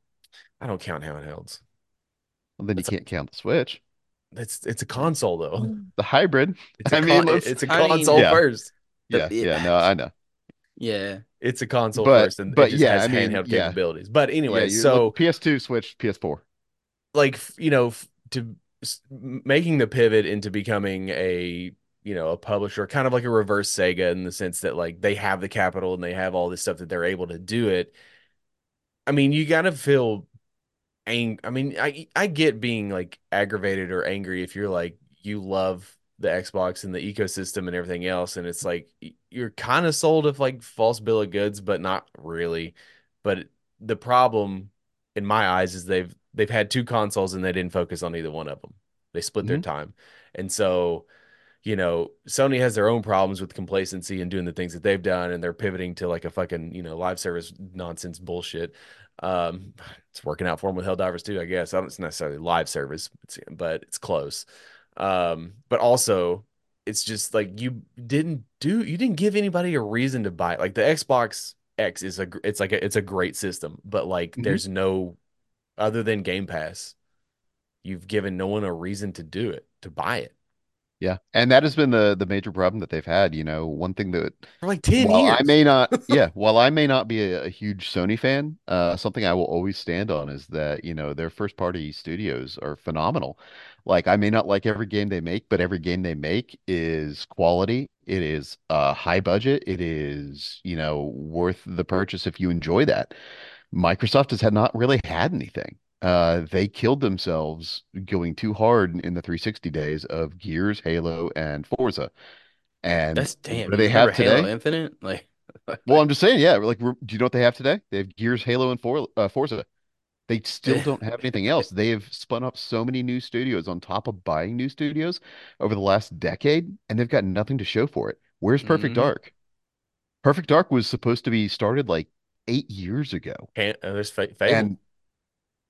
I don't count handhelds. Well, then you That's a- can't count the Switch. It's it's a console though. The hybrid. <laughs> It's a I mean, con- let's- it's a I mean- console Yeah. first. The- Yeah, yeah. yeah, no, I know. Yeah. It's a console But- first, and it but just yeah, has I mean, handheld yeah. capabilities. But Yeah, anyway, you're so look- PS2, Switch, PS4. like f- you know f- to s- making the pivot into becoming a you know a publisher kind of like a reverse sega in the sense that like they have the capital and they have all this stuff that they're able to do it i mean you gotta feel ang- i mean i i get being like aggravated or angry if you're like you love the xbox and the ecosystem and everything else and it's like y- you're kind of sold of like false bill of goods but not really but the problem in my eyes is they've they've had two consoles and they didn't focus on either one of them. They split their Mhm. time. And so, you know, Sony has their own problems with complacency and doing the things that they've done and they're pivoting to like a fucking, you know, live service nonsense bullshit. Um it's working out for them with Helldivers too, I guess. I don't it's necessarily live service, it's, but it's close. Um but also it's just like you didn't do you didn't give anybody a reason to buy it. Like the Xbox X is a gr- it's like a, it's a great system, but like Mhm. there's no other than Game Pass, you've given no one a reason to do it, to buy it Yeah, and that has been the the major problem that they've had. You know, one thing that for like 10 while years. I may not, yeah, while I may not be a, a huge Sony fan, uh, something I will always stand on is that you know their first party studios are phenomenal. Like I may not like every game they make, but every game they make is quality. It is uh, high budget. It is you know worth the purchase if you enjoy that. Microsoft has had not really had anything. Uh, they killed themselves going too hard in, in the 360 days of Gears, Halo, and Forza. And That's damn. what do they you remember have Halo today? Infinite? Like, <laughs> Well, I'm just saying, yeah. Like, re- do you know what they have today? They have Gears, Halo, and For uh, Forza. They still don't have anything else. They have spun up so many new studios on top of buying new studios over the last decade, and they've got nothing to show for it. Where's Perfect Mhm. Dark? Perfect Dark was supposed to be started like eight years ago, Can't- uh, there's fa- Fable. and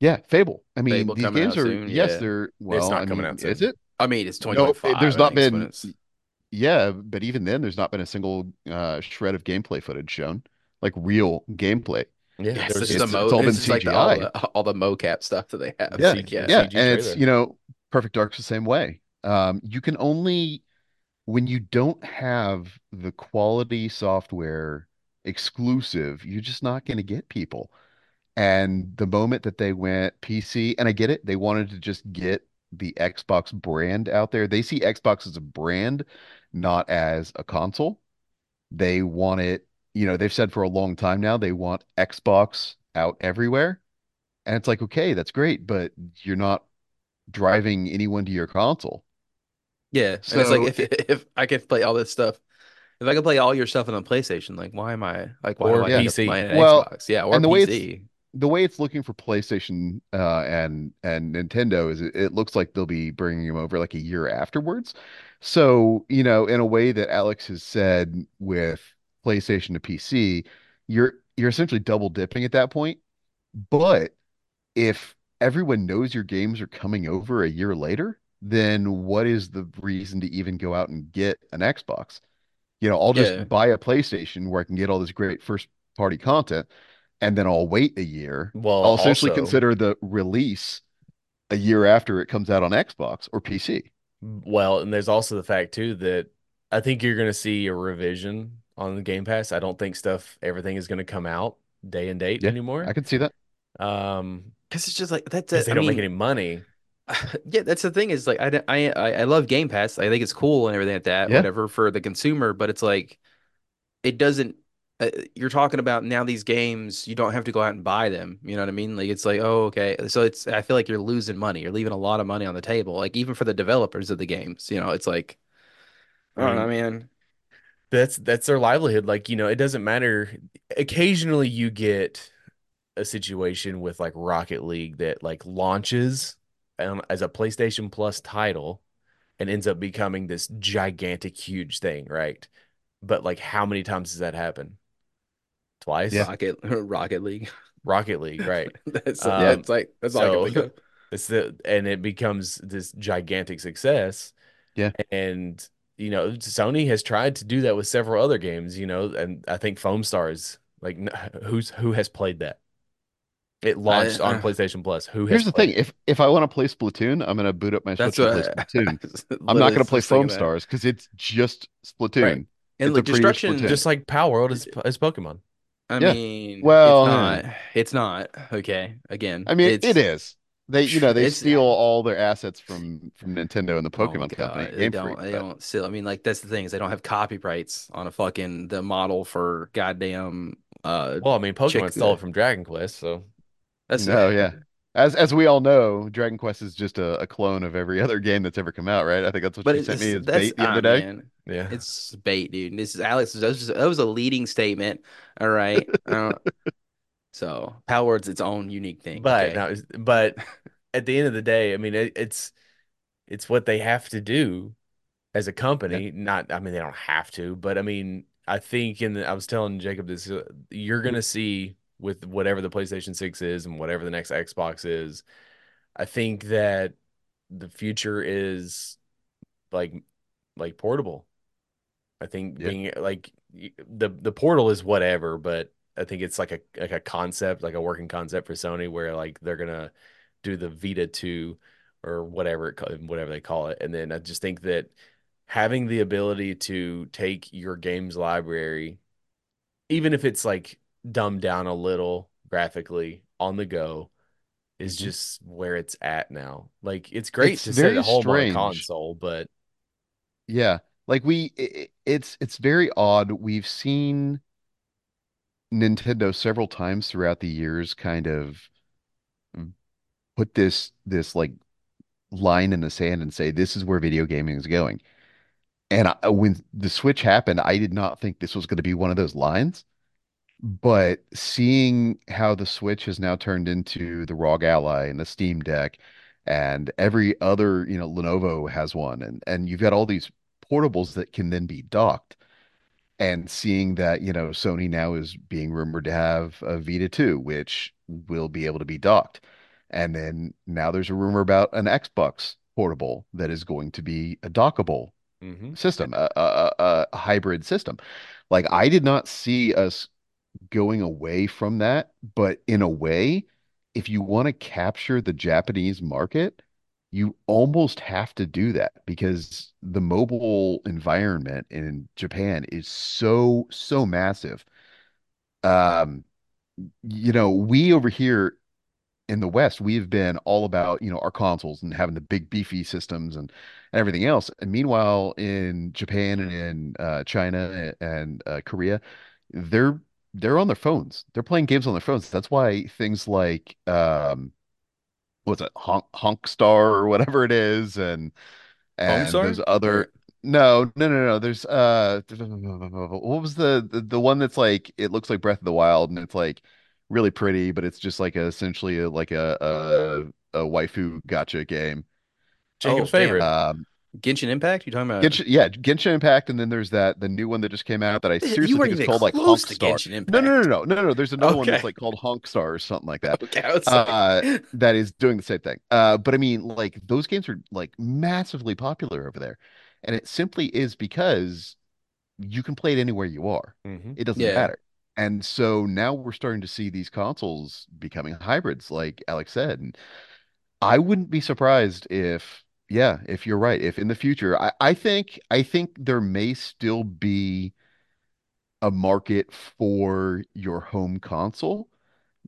yeah, Fable. I mean, Fable these coming games out are soon, yes, yeah. they're well, not I coming mean, out is soon. it? I mean, it's No, 2025. there's I not think is when been- it's- Yeah, but even then, there's not been a single uh, shred of gameplay footage shown, like real gameplay. yeah, Yes, there it's was just- the it's mo. all It's been just like the, all CGI. the all the mocap stuff that they have. Yeah, Like, yeah. yeah, CG and it's trailer. you know, Perfect Dark's the same way. Um, you can only when you don't have the quality software exclusive, you're just not going to get people. And the moment that they went PC, and I get it, they wanted to just get the Xbox brand out there. They see Xbox as a brand, not as a console. They want it, you know, they've said for a long time now, they want Xbox out everywhere. And it's like, okay, that's great, but you're not driving anyone to your console. Yeah, and it's like So- if if I could play all this stuff, if I could play all your stuff on the PlayStation, like why am I like why Or do I end up PC. playing an Well, Xbox? Yeah, or and the way it's- PC. the way it's looking for PlayStation uh, and and Nintendo is it, it looks like they'll be bringing them over like a year afterwards. So, you know, in a way that Alex has said with PlayStation to PC, you're you're essentially double dipping at that point. But if everyone knows your games are coming over a year later, then what is the reason to even go out and get an Xbox? You know, I'll just Yeah. buy a PlayStation where I can get all this great first party content, and then I'll wait a year. well, I'll essentially also, consider the release a year after it comes out on Xbox or PC. well, and there's also the fact too that I think you're going to see a revision on the Game Pass. I don't think stuff everything is going to come out day and date Yeah, anymore. I can see that. Um, Because it's just like that's 'cause it. they I don't mean, make any money. yeah, that's the thing is like I don't- I I I love Game Pass. I think it's cool and everything like that, Yeah. whatever for the consumer, but it's like it doesn't. Uh, you're talking about now these games, you don't have to go out and buy them. You know what I mean? Like it's like oh okay, so it's I feel like you're losing money. You're leaving a lot of money on the table. Like even for the developers of the games, you know, it's like Mm. I don't know, man. that's that's their livelihood like you know it doesn't matter occasionally you get a situation with like Rocket League that like launches um, as a PlayStation Plus title and ends up becoming this gigantic huge thing right but like how many times does that happen twice Rocket <laughs> Rocket League. Rocket League right that's uh, Um, that's like that's all I so- can think of. It's the and it becomes this gigantic success. Yeah. And you know, Sony has tried to do that with several other games, you know, and I think Foam Stars, like n- who's who has played that? It launched on uh, PlayStation Plus. Who Here's has the played thing: if if I want to play Splatoon, I'm gonna boot up my That's Switch and what play I- <laughs> Splatoon. I'm literally not gonna play just thinking Foam about it. Stars because it's just Splatoon. And It's look, a prettier destruction. it? Splatoon. Just like Power World is, is Pokemon. I Yeah. mean, Well, it's not. It's not. Okay. Again, I mean, it's, it is. They, you know, they It's- steal all their assets from from Nintendo and the Oh my Pokemon Company. God, They Game don't. Freak, They but- don't still. I mean, like that's the thing is they don't have copyrights on a fucking the model for goddamn. Uh, Well, I mean, Pokemon Check stole the- it from Dragon Quest, so that's No, yeah. As as we all know, Dragon Quest is just a, a clone of every <laughs> other game that's ever come out, right? I think that's what <laughs> But you it's sent me as that's bait the ah, other day. man. yeah. It's bait, dude. This is Alex. That was, just, that was a leading statement. <laughs> All right. Uh, so Power Word's its own unique thing. but okay? no, but at the end of the day, I mean, it, it's it's what they have to do as a company. Not, I mean, they don't have to, but I mean, I think, and I was telling Jacob this, uh, you're gonna see with whatever the PlayStation Six is and whatever the next Xbox is. I think that the future is like like portable. I think Yeah. being like y- the the portal is whatever, but I think it's like a like a concept, like a working concept for Sony, where like they're gonna do the Vita two or whatever it, ca- whatever they call it, and then I just think that having the ability to take your games library, even if it's like dumbed down a little graphically on the go, is Mhm. just where it's at now. Like it's great It's to set very a whole strange. console, but Yeah. Like we i i- it's it's very odd. We've seen Nintendo several times throughout the years kind of put this this like line in the sand and say this is where video gaming is going. And I, when the Switch happened, I did not think this was going to be one of those lines. But seeing how the Switch has now turned into the ROG Ally and the Steam Deck and every other, you know, Lenovo has one and and you've got all these portables that can then be docked. And seeing that, you know, Sony now is being rumored to have a Vita 2, which will be able to be docked. And then now there's a rumor about an Xbox portable that is going to be a dockable Mhm. system, a, a, a- a hybrid system. Like I did not see us going away from that, but in a way, if you want to capture the Japanese market, you almost have to do that because the mobile environment in Japan is so, so massive. Um, you know, we over here in the West, we've been all about, you know, our consoles and having the big beefy systems and and everything else. And meanwhile, in Japan and in uh, China a- and uh, Korea, they're they're on their phones. They're playing games on their phones. That's why things like um, what's it, Honk Honk Star or whatever it is, and and Star? those other. No, no, no, no. There's uh, what was the, the the one that's like it looks like Breath of the Wild and it's like really pretty, but it's just like a, essentially a, like a, a a waifu gotcha game. Jacob's Oh, damn. favorite. Um, Genshin Impact? You talking about? Genshin, yeah, Genshin Impact, and then there's that the new one that just came out that I seriously <laughs> you think weren't it's even called like close Honk to Star. Genshin No, no, Impact. no, no, no, no, no. There's another one that's Okay. like called Honk Star or something like that. <laughs> Okay, I was like- Uh, that is doing the same thing. Uh, but I mean, like those games are like massively popular over there, and it simply is because you can play it anywhere you are. Mhm. It doesn't Yeah. matter. And so now we're starting to see these consoles becoming hybrids, like Alex said. And I wouldn't be surprised if, yeah, if you're right, if in the future, I, I think I think there may still be a market for your home console,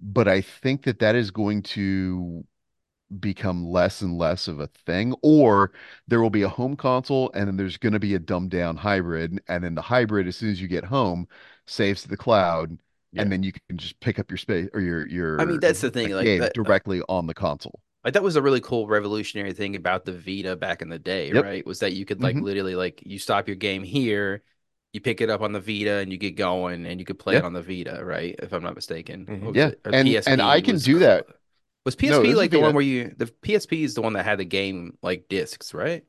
but I think that that is going to become less and less of a thing, or there will be a home console and then there's going to be a dumbed down hybrid, and then the hybrid, as soon as you get home, saves to the cloud, Yeah. and then you can just pick up your space or your your I mean, that's the thing. like, Like game that, uh, directly on the console. like that was a really cool revolutionary thing about the Vita back in the day, Yep. right? Was that you could like Mhm. literally like you stop your game here, you pick it up on the Vita and you get going and you could play Yeah. it on the Vita, right? If I'm not mistaken. Mhm. What was Yeah. it? Or And- and I can was do cl- that. Was No, PSP it was like the Vita. one where you the PSP is the one that had the game like discs, right?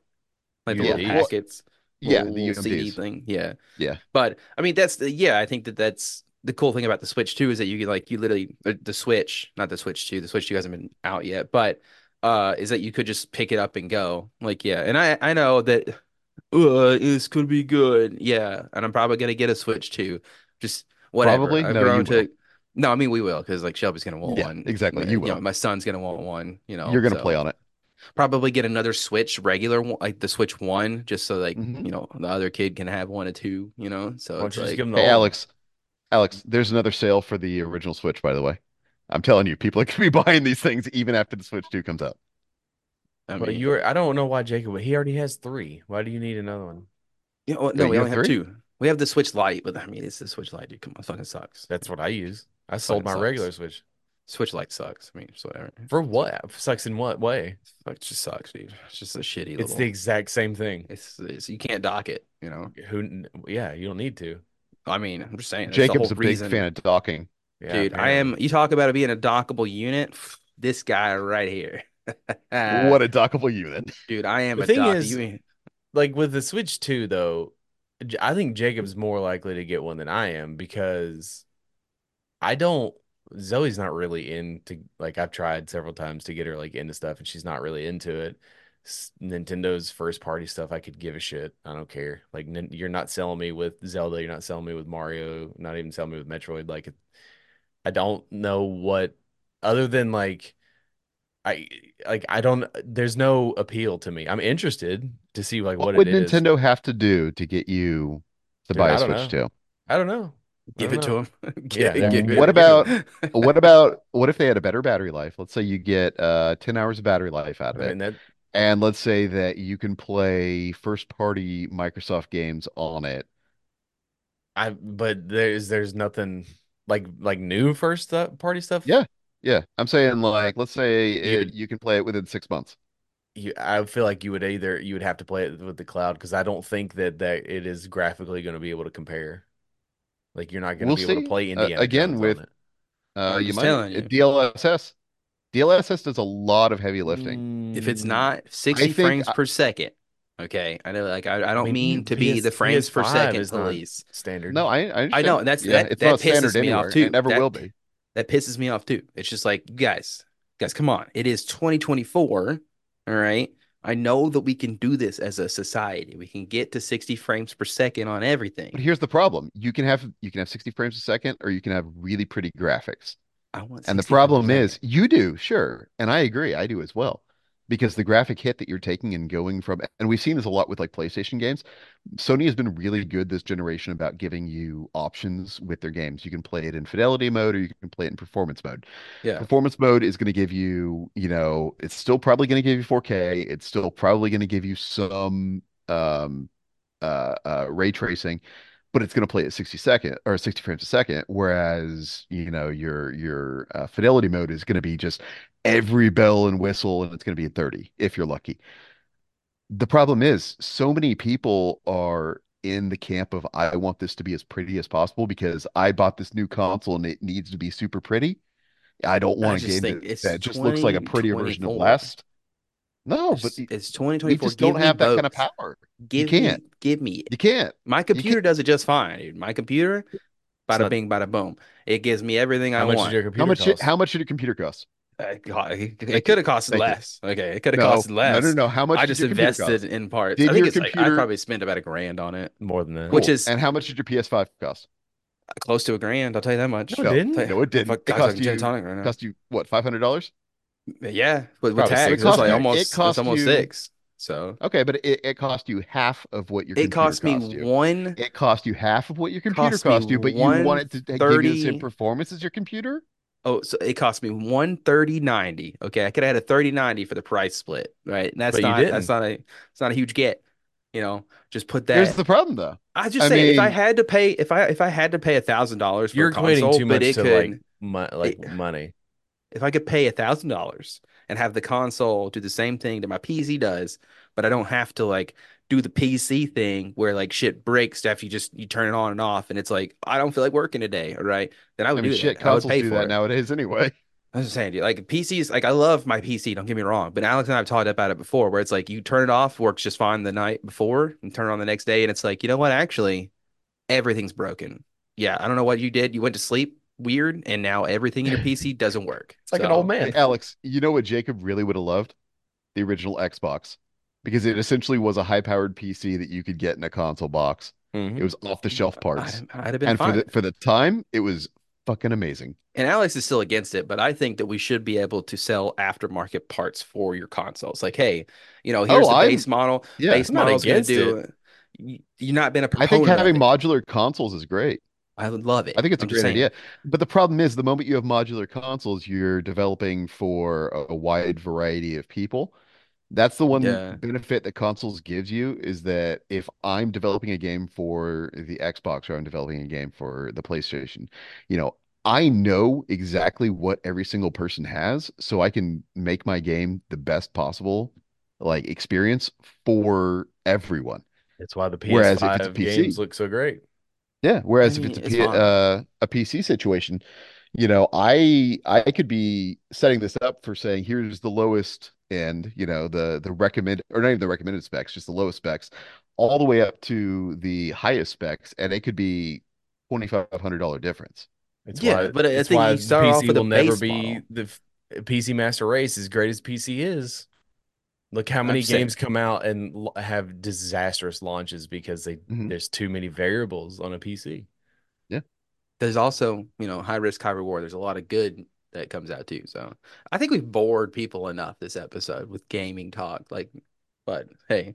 Like the Yeah. little Well, packets Yeah, little- the little CD UMDs. thing. Yeah. Yeah. But I mean, that's the, yeah, I think that that's the cool thing about the Switch too is that you can like, you literally, uh, the, the Switch, not the Switch 2, the Switch 2 hasn't been out yet, but uh, is that you could just pick it up and go. Like, yeah. And I, I know that uh, this could be good. Yeah. And I'm probably going to get a Switch 2. Just whatever. Probably? I've No, you grown to, will. no, I mean, we will because like Shelby's going to want Yeah, one. exactly, My- you will. know, my son's going to want one, you know, You're going to so play on it. probably get another Switch regular one, like the Switch one, just so like Mhm. you know the other kid can have one or two, you know. So Mm-hmm. Why don't it's you just like give 'em the Hey, old one? Alex, Alex, there's another sale for the original Switch, by the way. I'm telling you, people are gonna be <laughs> buying these things even after the Switch 2 comes out. I But mean, you're I don't know why Jacob, but he already has three. Why do you need another one? yeah, well, Yeah, no, we you only have have three. two. We have the Switch Lite, but I mean, it's the Switch Lite, dude. Come on, fucking sucks. That's what I use. I sold my Fucking sucks. regular Switch. Switch Lite sucks. I mean, it's whatever. For what? Sucks in what way? Fuck, it just sucks, dude. It's just a shitty It's little. the exact same thing. It's, it's you can't dock it. You know. Who? kn- Yeah, you don't need to. I mean, I'm just saying. that's the Jacob's whole a big reason. fan of docking. Yeah, dude. I am. You talk about it being a dockable unit. pff, This guy right here. <laughs> what a dockable unit. dude! I am The a thing dock. is- you- like with the Switch 2 though, J- I think Jacob's more likely to get one than I am because I don't Zoe's not really into like I've tried several times to get her like into stuff and she's not really into it. S- Nintendo's first party stuff I could give a shit. I don't care. Like nin- you're not selling me with Zelda, you're not selling me with Mario, not even selling me with Metroid like it, I don't know what other than like I like I don't there's no appeal to me. I'm interested to see like What what, would it is. Nintendo have to do to get you to Dude, buy I a don't Switch know. 2? I don't know. I give don't it know. to him. <laughs> Yeah, Get- get- What get- about- What about what if they had a better battery life? Let's say you get uh 10 hours of battery life out of I mean it. that And let's say that you can play first party Microsoft games on it. I but there's there's nothing like like new first stu- party stuff. Yeah. Yeah, I'm saying like let's say You- it, you can play it within six months. You, I feel like you would either you would have to play it with the cloud because I don't think that that it is graphically going to be able to compare. Like you're not going to We'll be able see. to play Uh, Indiana again Jones on with it. Uh, I'm you just might telling you. DLSS. DLSS does a lot of heavy lifting. if it's Mm, not 60 think frames I- per second? Okay, I know. Like I, I don't mean, mean to be PS the frames per PS5 second is not police. standard. No, I, I I understand. know that's Yeah, that, it's that not pisses standard me anywhere. off too. It never That- will be. That pisses me off too. It's just like, you guys, guys, come on. It is 2024. All right. I know that we can do this as a society. We can get to 60 frames per second on But everything. here's the problem. You can have you can have 60 frames a second or you can have really pretty graphics. I want And the 60 frames per problem second. is you do, sure. And I agree, I do as well. Because the graphic hit that you're taking and going from, and we've seen this a lot with like PlayStation games. Sony has been really good this generation about giving you options with their games. You can play it in fidelity mode or you can play it in performance mode. Yeah. Performance mode is going to give you, you know, it's still probably going to give you 4K. It's still probably going to give you some um uh, uh ray tracing, but it's going to play at 60 second or 60 frames a second. Whereas, you know, your your uh, fidelity mode is going to be just every bell and whistle, and it's going to be at 30 if you're lucky. The problem is, so many people are in the camp of I want this to be as pretty as possible because I bought this new console and it needs to be super pretty. I don't I want a just game think that, it's that just looks like a prettier version of 2024. last. No, It's, but y- it's we 2024. just don't Give me have that kind of both. power. Give me, can't. give me. You can't. My computer does it just fine, dude. My computer, bada not- bing, bada boom. It gives me everything I How much want. did your How computer much? did- cost? How much did your computer cost? Uh, God, it Thank could have costed Thank you. less. Okay, it could have No, costed less. No, no, no. How much? I did just your computer cost? invested in parts. Did I think your it's like I computer- probably spent about a grand on it, More than that. which Cool. is And how much did your PS5 cost? close to a grand. I'll tell you that much. No, it No, didn't. no, it didn't. Fuck, It guys, cost like gin you- tonic right now. Cost you what? Five hundred dollars? yeah, but with Probably tax, six. it's It cost like you- almost it it's cost almost you- six. So Okay, but it, it cost you half of what your it computer cost me cost you. one It cost you half of what your computer Cost me cost you, but you want it to t- give you the same 130 performance as your computer? oh so it cost me one thirty ninety. Okay, I could have had a thirty ninety for the price split, right? And that's But you not that's didn't. not a it's not a huge get. You know, just put Here's that. the problem though. I just I say if I mean- had to pay if I if I had to pay a thousand dollars for You're a equating console, too but much it to could like mon- like it- money. if I could pay a thousand dollars and have the console do the same thing that my PC does, but I don't have to like do the PC thing where like shit breaks after you just you turn it on and off and it's like I don't feel like working today, all right? Then I I would mean, do shit, that. I would consoles pay do for that it. nowadays <laughs> anyway. I'm just saying, dude, like PCs, like I love my PC, don't get me wrong, but Alex and I have talked about it before where it's like you turn it off, works just fine the night before, and turn it on the next day, and it's like, you know what, actually, everything's broken. Yeah, I don't know what you did. You went to sleep weird, and now everything in your PC doesn't work. It's like an old So- man. Hey, Alex, you know what Jacob really would have loved? The original Xbox. Because it essentially was a high-powered PC that you could get in a console box. Mhm. It was off-the-shelf parts. I'd, I'd have Mm-hmm. been And for fine. the for the time, it was fucking amazing. and Alex is still against it, but I think that we should be able to sell aftermarket parts for your consoles. Like, hey, you know, here's Oh, the I'm- base model. Yeah. base I'm not model's going to against do. you- You've not been a I proponent. think of having it. modular consoles is great. I would love it. I think it's a I'm just great saying. idea. But the problem is, the moment you have modular consoles, you're developing for a, a wide variety of people. That's the one Yeah. benefit that consoles gives you is that if I'm developing a game for the Xbox or I'm developing a game for the PlayStation, you know, I know exactly what every single person has, so I can make my game the best possible like experience for everyone. That's why the PS5 Whereas if it's a PC. games look so great. Yeah, whereas if mean, it's a it's P- fine. uh, a PC situation, you know, I I could be setting this up for saying here's the lowest end, you know, the the recommend or not even the recommended specs, just the lowest specs, all the way up to the highest specs, and it could be $2,500 difference. It's Yeah, why, but I it's think why you start PC off with a will never base be model. the f- PC Master Race as great as PC is. Look how many I'm saying- games come out and l- have disastrous launches because they Mm-hmm. Mhm. there's too many variables on a PC. There's also, you know, high risk, high reward. There's a lot of good that comes out too. So I think we've bored people enough this episode with gaming talk. Like, but hey,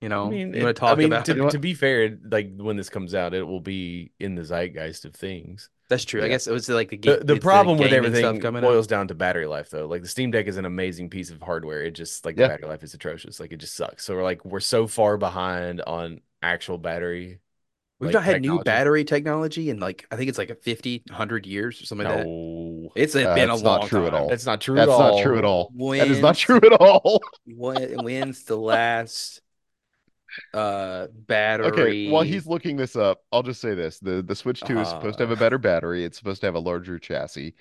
you know, I mean, you want to it- talk I mean, about to, You know what? to be fair, it- like when this comes out, it will be in the zeitgeist of things. that's true. I yeah. guess it was like the ga- The, the problem with gaming stuff everything coming out. boils down to battery life, though. Like the Steam Deck is an amazing piece of hardware. It just like Yeah. the battery life is atrocious. Like it just sucks. So we're like we're so far behind on actual battery. We've like, not had new technology. battery technology in like I think it's like a 50, 100 years or something like that. No, It's Uh, been a that's not long true at time. all. that's not true. That's at not all. true at all. That is not When's- true at all. <laughs> When, when's the last uh Okay, battery? while he's looking this up, I'll just say this. The the Switch 2 is supposed to have a Uh. better battery. It's supposed to have a larger chassis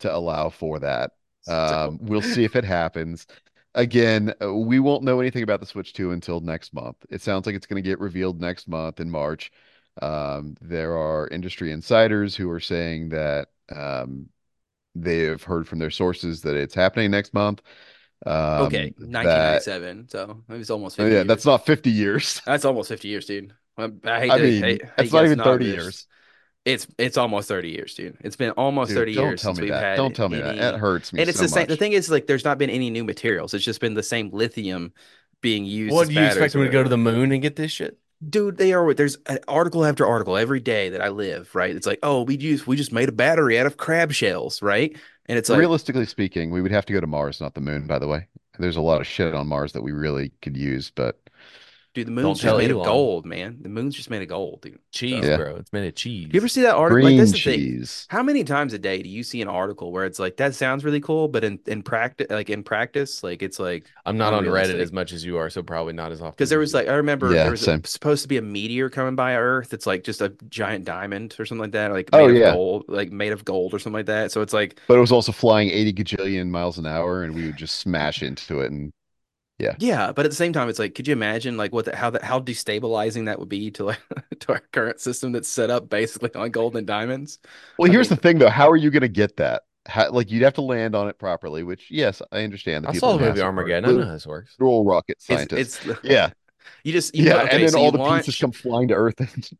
to allow for that. So- Um, we'll see if it happens. Again, uh, we won't know anything about the Switch 2 until next month. It sounds like it's going to get revealed next month in March. Um, there are industry insiders who are saying that um, they have heard from their sources that it's happening next month. Um, okay, that, 1997. So it was almost oh, 50 yeah, years. that's not 50 years. That's almost 50 years, dude. I, I hate I to, mean, hate- hate that's not guys even not 30 this. years. It's it's almost 30 years, dude. It's been almost Dude, 30 don't years tell since me we've that. had Don't tell me that. It any- hurts me And it's so the same. The much. thing is, like, there's not been any new materials. It's just been the same lithium being used. What as do you expect batteries or them to go to whatever. the moon and get this shit? Dude, they are. There's an article after article every day that I live. Right? It's like, oh, we use we just made a battery out of crab shells, right? And it's like, Realistically speaking, we would have to go to Mars, not the moon, by the way. There's a lot of shit on Mars that we really could use, but dude, the moon's just tell made of Elon. gold, man. The moon's just made of gold, dude. Cheese, Yeah. bro. It's made of cheese. You ever see that article? Like, green that's the thing. cheese. How many times a day do you see an article where it's like that sounds really cool, but in in practice, like in practice, like it's like I'm not on Reddit unrealistic. as much as you are, so probably not as often. because there was like I remember Mm. Yeah, there was a- same. supposed to be a meteor coming by Earth. It's like just a giant diamond or something like that, like Oh, made yeah. of gold, like made of gold or something like that. So it's like But it was also flying 80 gajillion miles an hour, and we would just smash into it. And yeah, but at the same time, it's like could you imagine like what the, how that how destabilizing that would be to like <laughs> to our current system that's set up basically on gold and diamonds? well, I here's mean- the thing, though. How are you going to get that? How, like, you'd have to land on it properly, which, yes, I understand. The I people saw at the movie NASA are Armageddon. I know how literal this works. rocket It's, scientists. it's <laughs> Yeah, you just you yeah, put- okay, and then so all you the launch, pieces come flying to Earth <laughs> and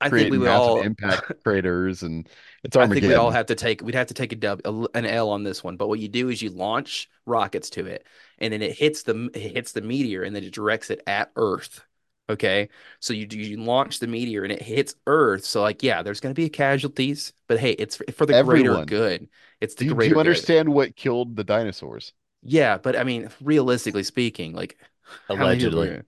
I think create we would massive all impact <laughs> craters, and it's I think we'd all Armageddon. have to take we'd have to take a dub a l- an L on this one. But what you do is you launch rockets to it, and then it hits the it hits the meteor, and then it directs it at Earth. Okay, so you do you launch the meteor, and it hits Earth. So like, yeah, there's going to be casualties, but hey, it's for, for the Everyone. greater good. It's the Do you, do greater you good. understand what killed the dinosaurs? Yeah, but I mean, realistically speaking, like how many people Allegedly. are gonna-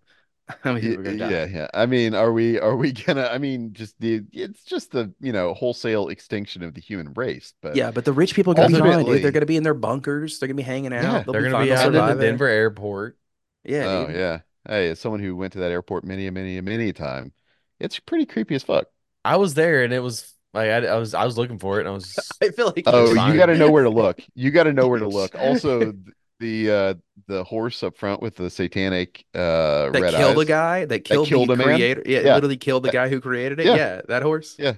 how many Y- people are gonna die? Yeah, yeah. I mean, are we are we <laughs> gonna? I mean, just the it's just the you know wholesale extinction of the human race. But Yeah, but the rich people are gonna be fine, dude. Ultimately- They're gonna be in their bunkers. They're gonna be hanging out. Yeah, They'll They're be gonna fine. be They'll out in survive the it. Denver airport. Yeah, oh dude. yeah. Hey, as someone who went to that airport many, a many, a many time, it's pretty creepy as fuck. I was there, and it was like I, I was I was looking for it, and <laughs> I was <laughs> I feel like Oh, it's you fine. got to know where to look. You got to know where to look. Also, th- the uh the horse up front with the satanic uh that red killed a eyes. guy that killed, killed the a man? creator. Yeah, it Yeah. literally killed the guy who created it. Yeah. Yeah, that horse. Yeah.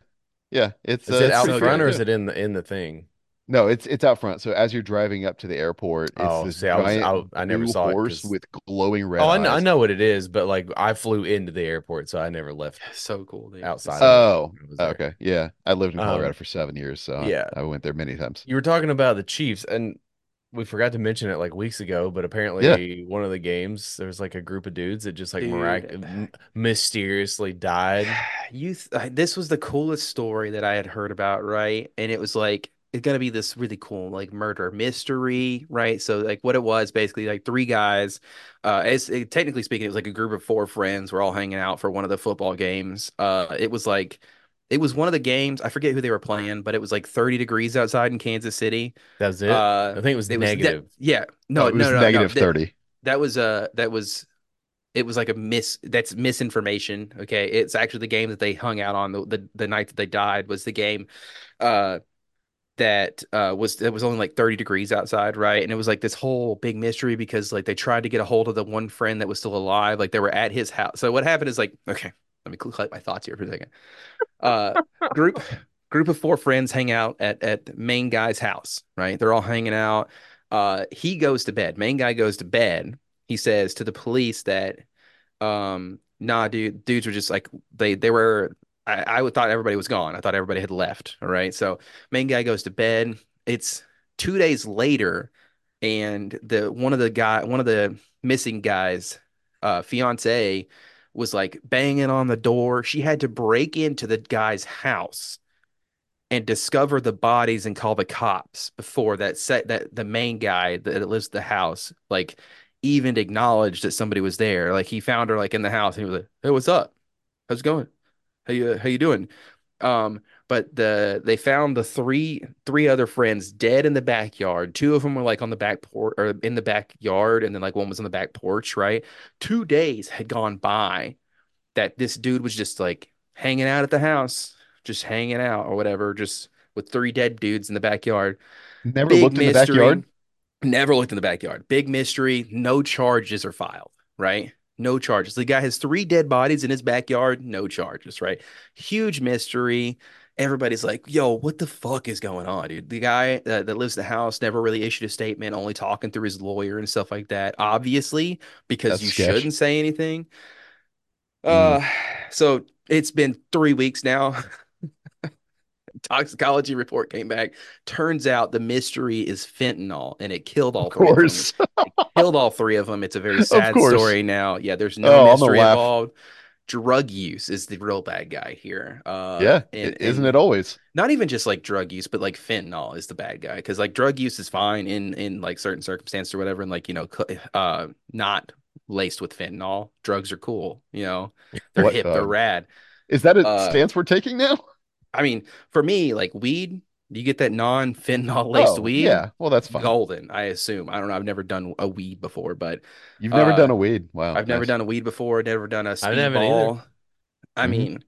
Yeah, it's Is uh, it it's out pretty front good. or is it in the in the thing? No, it's it's out front. So as you're driving up to the airport, it's Oh, this see, I was- giant I- I never blue saw it horse 'cause- with glowing red oh, I know, I eyes. know what it is, but like I flew into the airport, so I never left. So cool, dude. Outside. Uh, Oh, I was there. okay. Yeah. I lived in Colorado Um, for seven years, so I- yeah. I went there many times. You were talking about the Chiefs, and we forgot to mention it like weeks ago, but apparently one of the games there was like a group of dudes that just like Dude. uh, mirac- m- mysteriously died. <sighs> you th- I- this was the coolest story that I had heard about, right? And it was like it's gonna be this really cool like murder mystery, right? So like what it was basically like three guys, uh, as it, technically speaking, it was like a group of four friends were all hanging out for one of the football games. Uh, it was like it was one of the games I forget who they were playing, but it was like 30 degrees outside in Kansas City. That was it. I Uh, think it was it was that- negative. yeah, no, Oh, it no, was no, no, negative that- 30. that was uh that was it was like a mis that's misinformation. Okay. It's actually the game that they hung out on the the, the night that they died was the game uh that uh was it was only like 30 degrees outside, right? And it was like this whole big mystery because like they tried to get a hold of the one friend that was still alive, like they were at his house. So what happened is like, okay, let me collect my thoughts here for a second. Uh group group of four friends hang out at at the main guy's house, right? They're all hanging out. Uh, he goes to bed. Main guy goes to bed. He says to the police that, um, nah, dude, dudes were just like they they were. I I would- thought everybody was gone. I thought everybody had left. All right, so main guy goes to bed. It's two days later, and the one of the guy, one of the missing guys, uh, fiance was like banging on the door. She had to break into the guy's house and discover the bodies and call the cops before that set that the main guy that lives at the house like even acknowledged that somebody was there like he found her like in the house and he was like hey what's up how's it going how you how you doing um but the they found the three three other friends dead in the backyard two of them were like on the back porch or in the backyard and then like one was on the back porch right two days had gone by that this dude was just like hanging out at the house just hanging out or whatever, just with three dead dudes in the backyard. Never Big looked in the mystery. backyard. Never looked in the backyard. Big mystery. No charges are filed, right? No charges. The guy has three dead bodies in his backyard. No charges, right? Huge mystery. Everybody's like, yo, what the fuck is going on, dude? The guy uh, that lives in the house never really issued a statement, only talking through his lawyer and stuff like that, obviously, because That's you sketch. shouldn't say anything. Mm. Uh, so it's been three weeks now. Toxicology report came back. Turns out the mystery is fentanyl, and it killed all Of three of them. course. <laughs> Killed all three of them. It's a very Of sad course. story now. Yeah, there's Oh, I'm no gonna mystery laugh. involved. Drug use is the real bad guy here. Uh, yeah. and- it- isn't and- it always? not even just like drug use, but like fentanyl is the bad guy because like drug use is fine in in like certain circumstances or whatever, and like you know, cl- uh, not laced with fentanyl. Drugs are cool, you know, they're What hip, the- they're rad. Is that a Uh, stance we're taking now? I mean, for me, like weed, you get that non fentanyl laced Oh, weed, Yeah. Well, that's fine. golden. I assume. I don't know. I've never done a weed before, but You've never uh, done a weed. Wow. I've Oh, never nice. done a weed before. Never done a I haven't either. speedball. I Mhm. mean,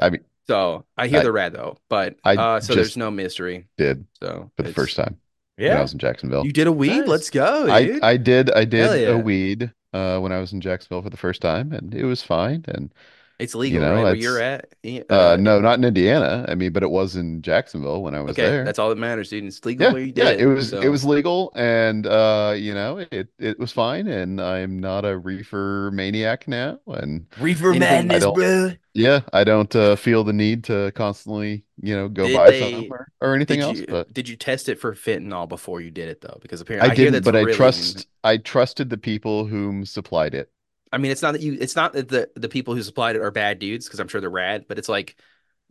I mean- so I hear I- the rad though, but I uh, so there's just no mystery. Did So for the it's- first time when I Yeah. was in Jacksonville. You did a weed? Nice. Let's go, I, dude. I did I Hell did yeah. a weed uh, when I was in Jacksonville for the first time, and it was fine. And it's legal, know, right? Where it's- you're at? Yeah, uh, uh, no, not in Indiana. I mean, but it was in Jacksonville when I was okay, there. that's all that matters, dude. It's legal Yeah, where you yeah, did it was so. it was legal, and uh, you know, it it was fine, and I'm not a reefer maniac now, and Reefer Anything- I don't- bro. yeah, I don't uh, feel the need to constantly, you know, go Did buy they- something or, or anything Did else. you But did you test it for fentanyl before you did it though? Because I apparently I, hear didn't, that's but I really trust I trusted the people whom supplied it. I mean, it's not that you. It's not that the the people who supplied it are bad dudes because I'm sure they're rad, but it's like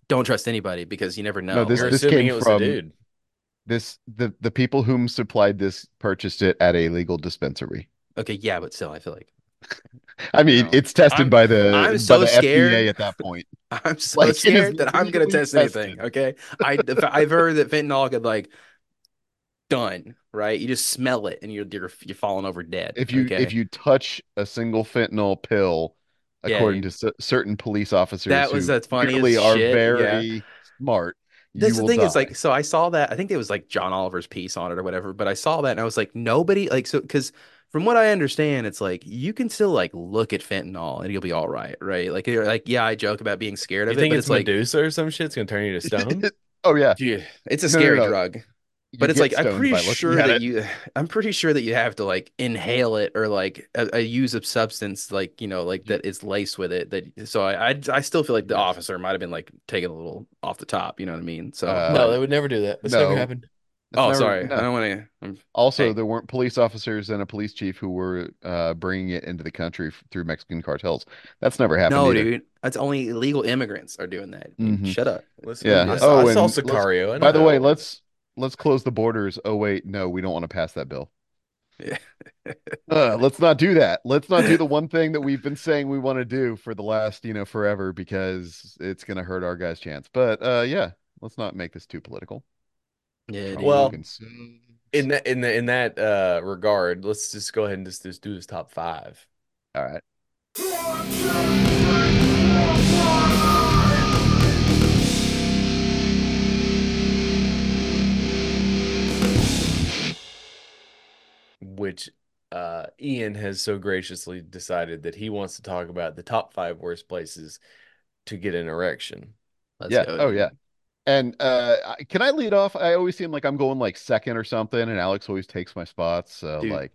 don't trust anybody because you never know. this- You're Or- this assuming came it was from- a dude. This the the people whom supplied this purchased it at a legal dispensary. okay, yeah, but still, I feel like <laughs> I mean, No. it's tested Oh, I'm- by the I'm by so the scared. FDA at that point. I'm so Like, it is scared that I'm gonna legally test anything. tested. Okay, I if- I've heard that fentanyl could like done right. You just smell it and you're you're you're falling over dead. If you okay? if you touch a single fentanyl pill, Yeah, according you- to cer- certain police officers that was who the funniest clearly are shit. yeah. very smart, That's you the will thing is die. like so I saw that I think it was like John Oliver's piece on it or whatever, but I saw that and I was like nobody like so because from what I understand it's like you can still like look at fentanyl and you'll be all right, right? Like you're like yeah, I joke about being scared You of think it, but it's, like Medusa or some shit? It's gonna turn you to <laughs> stone. <laughs> oh yeah, yeah, it's a No, no, scary no. drug. You But it's get like I'm stoned pretty by looking sure at that it. you I'm pretty sure that you have to like inhale it or like a, a use of substance like you know like that is laced with it that so I I, I still feel like the officer might have been like taking a little off the top, you know what I mean? So Uh, but- no, they would never do that. That's no. never happened. That's Oh, not re- sorry. no. <laughs> I don't want to. Also, Hey. there weren't police officers and a police chief who were uh, bringing it into the country f- through Mexican cartels. That's never happened No, either. dude. That's only illegal immigrants are doing that. Mhm. Shut up. Listen, Yeah. I saw, Oh, I saw and let's- Sicario. I know By the that way, one. let's let's close the borders. Oh wait, no, we don't want to pass that bill. Yeah. <laughs> Uh, let's not do that. Let's not do the one thing that we've been saying we want to do for the last, you know, forever because it's going to hurt our guys' chance. But uh yeah, let's not make this too political. Yeah. I'm dude. Well, looking so- in that in the, in that uh regard, let's just go ahead and just, just do this top five. All right. which uh, Ian has so graciously decided that he wants to talk about the top five worst places to get an erection. Let's Yeah. go, Oh dude. yeah. And uh I- can I lead off? I always seem like I'm going like second or something, and Alex always takes my spot. So Dude, like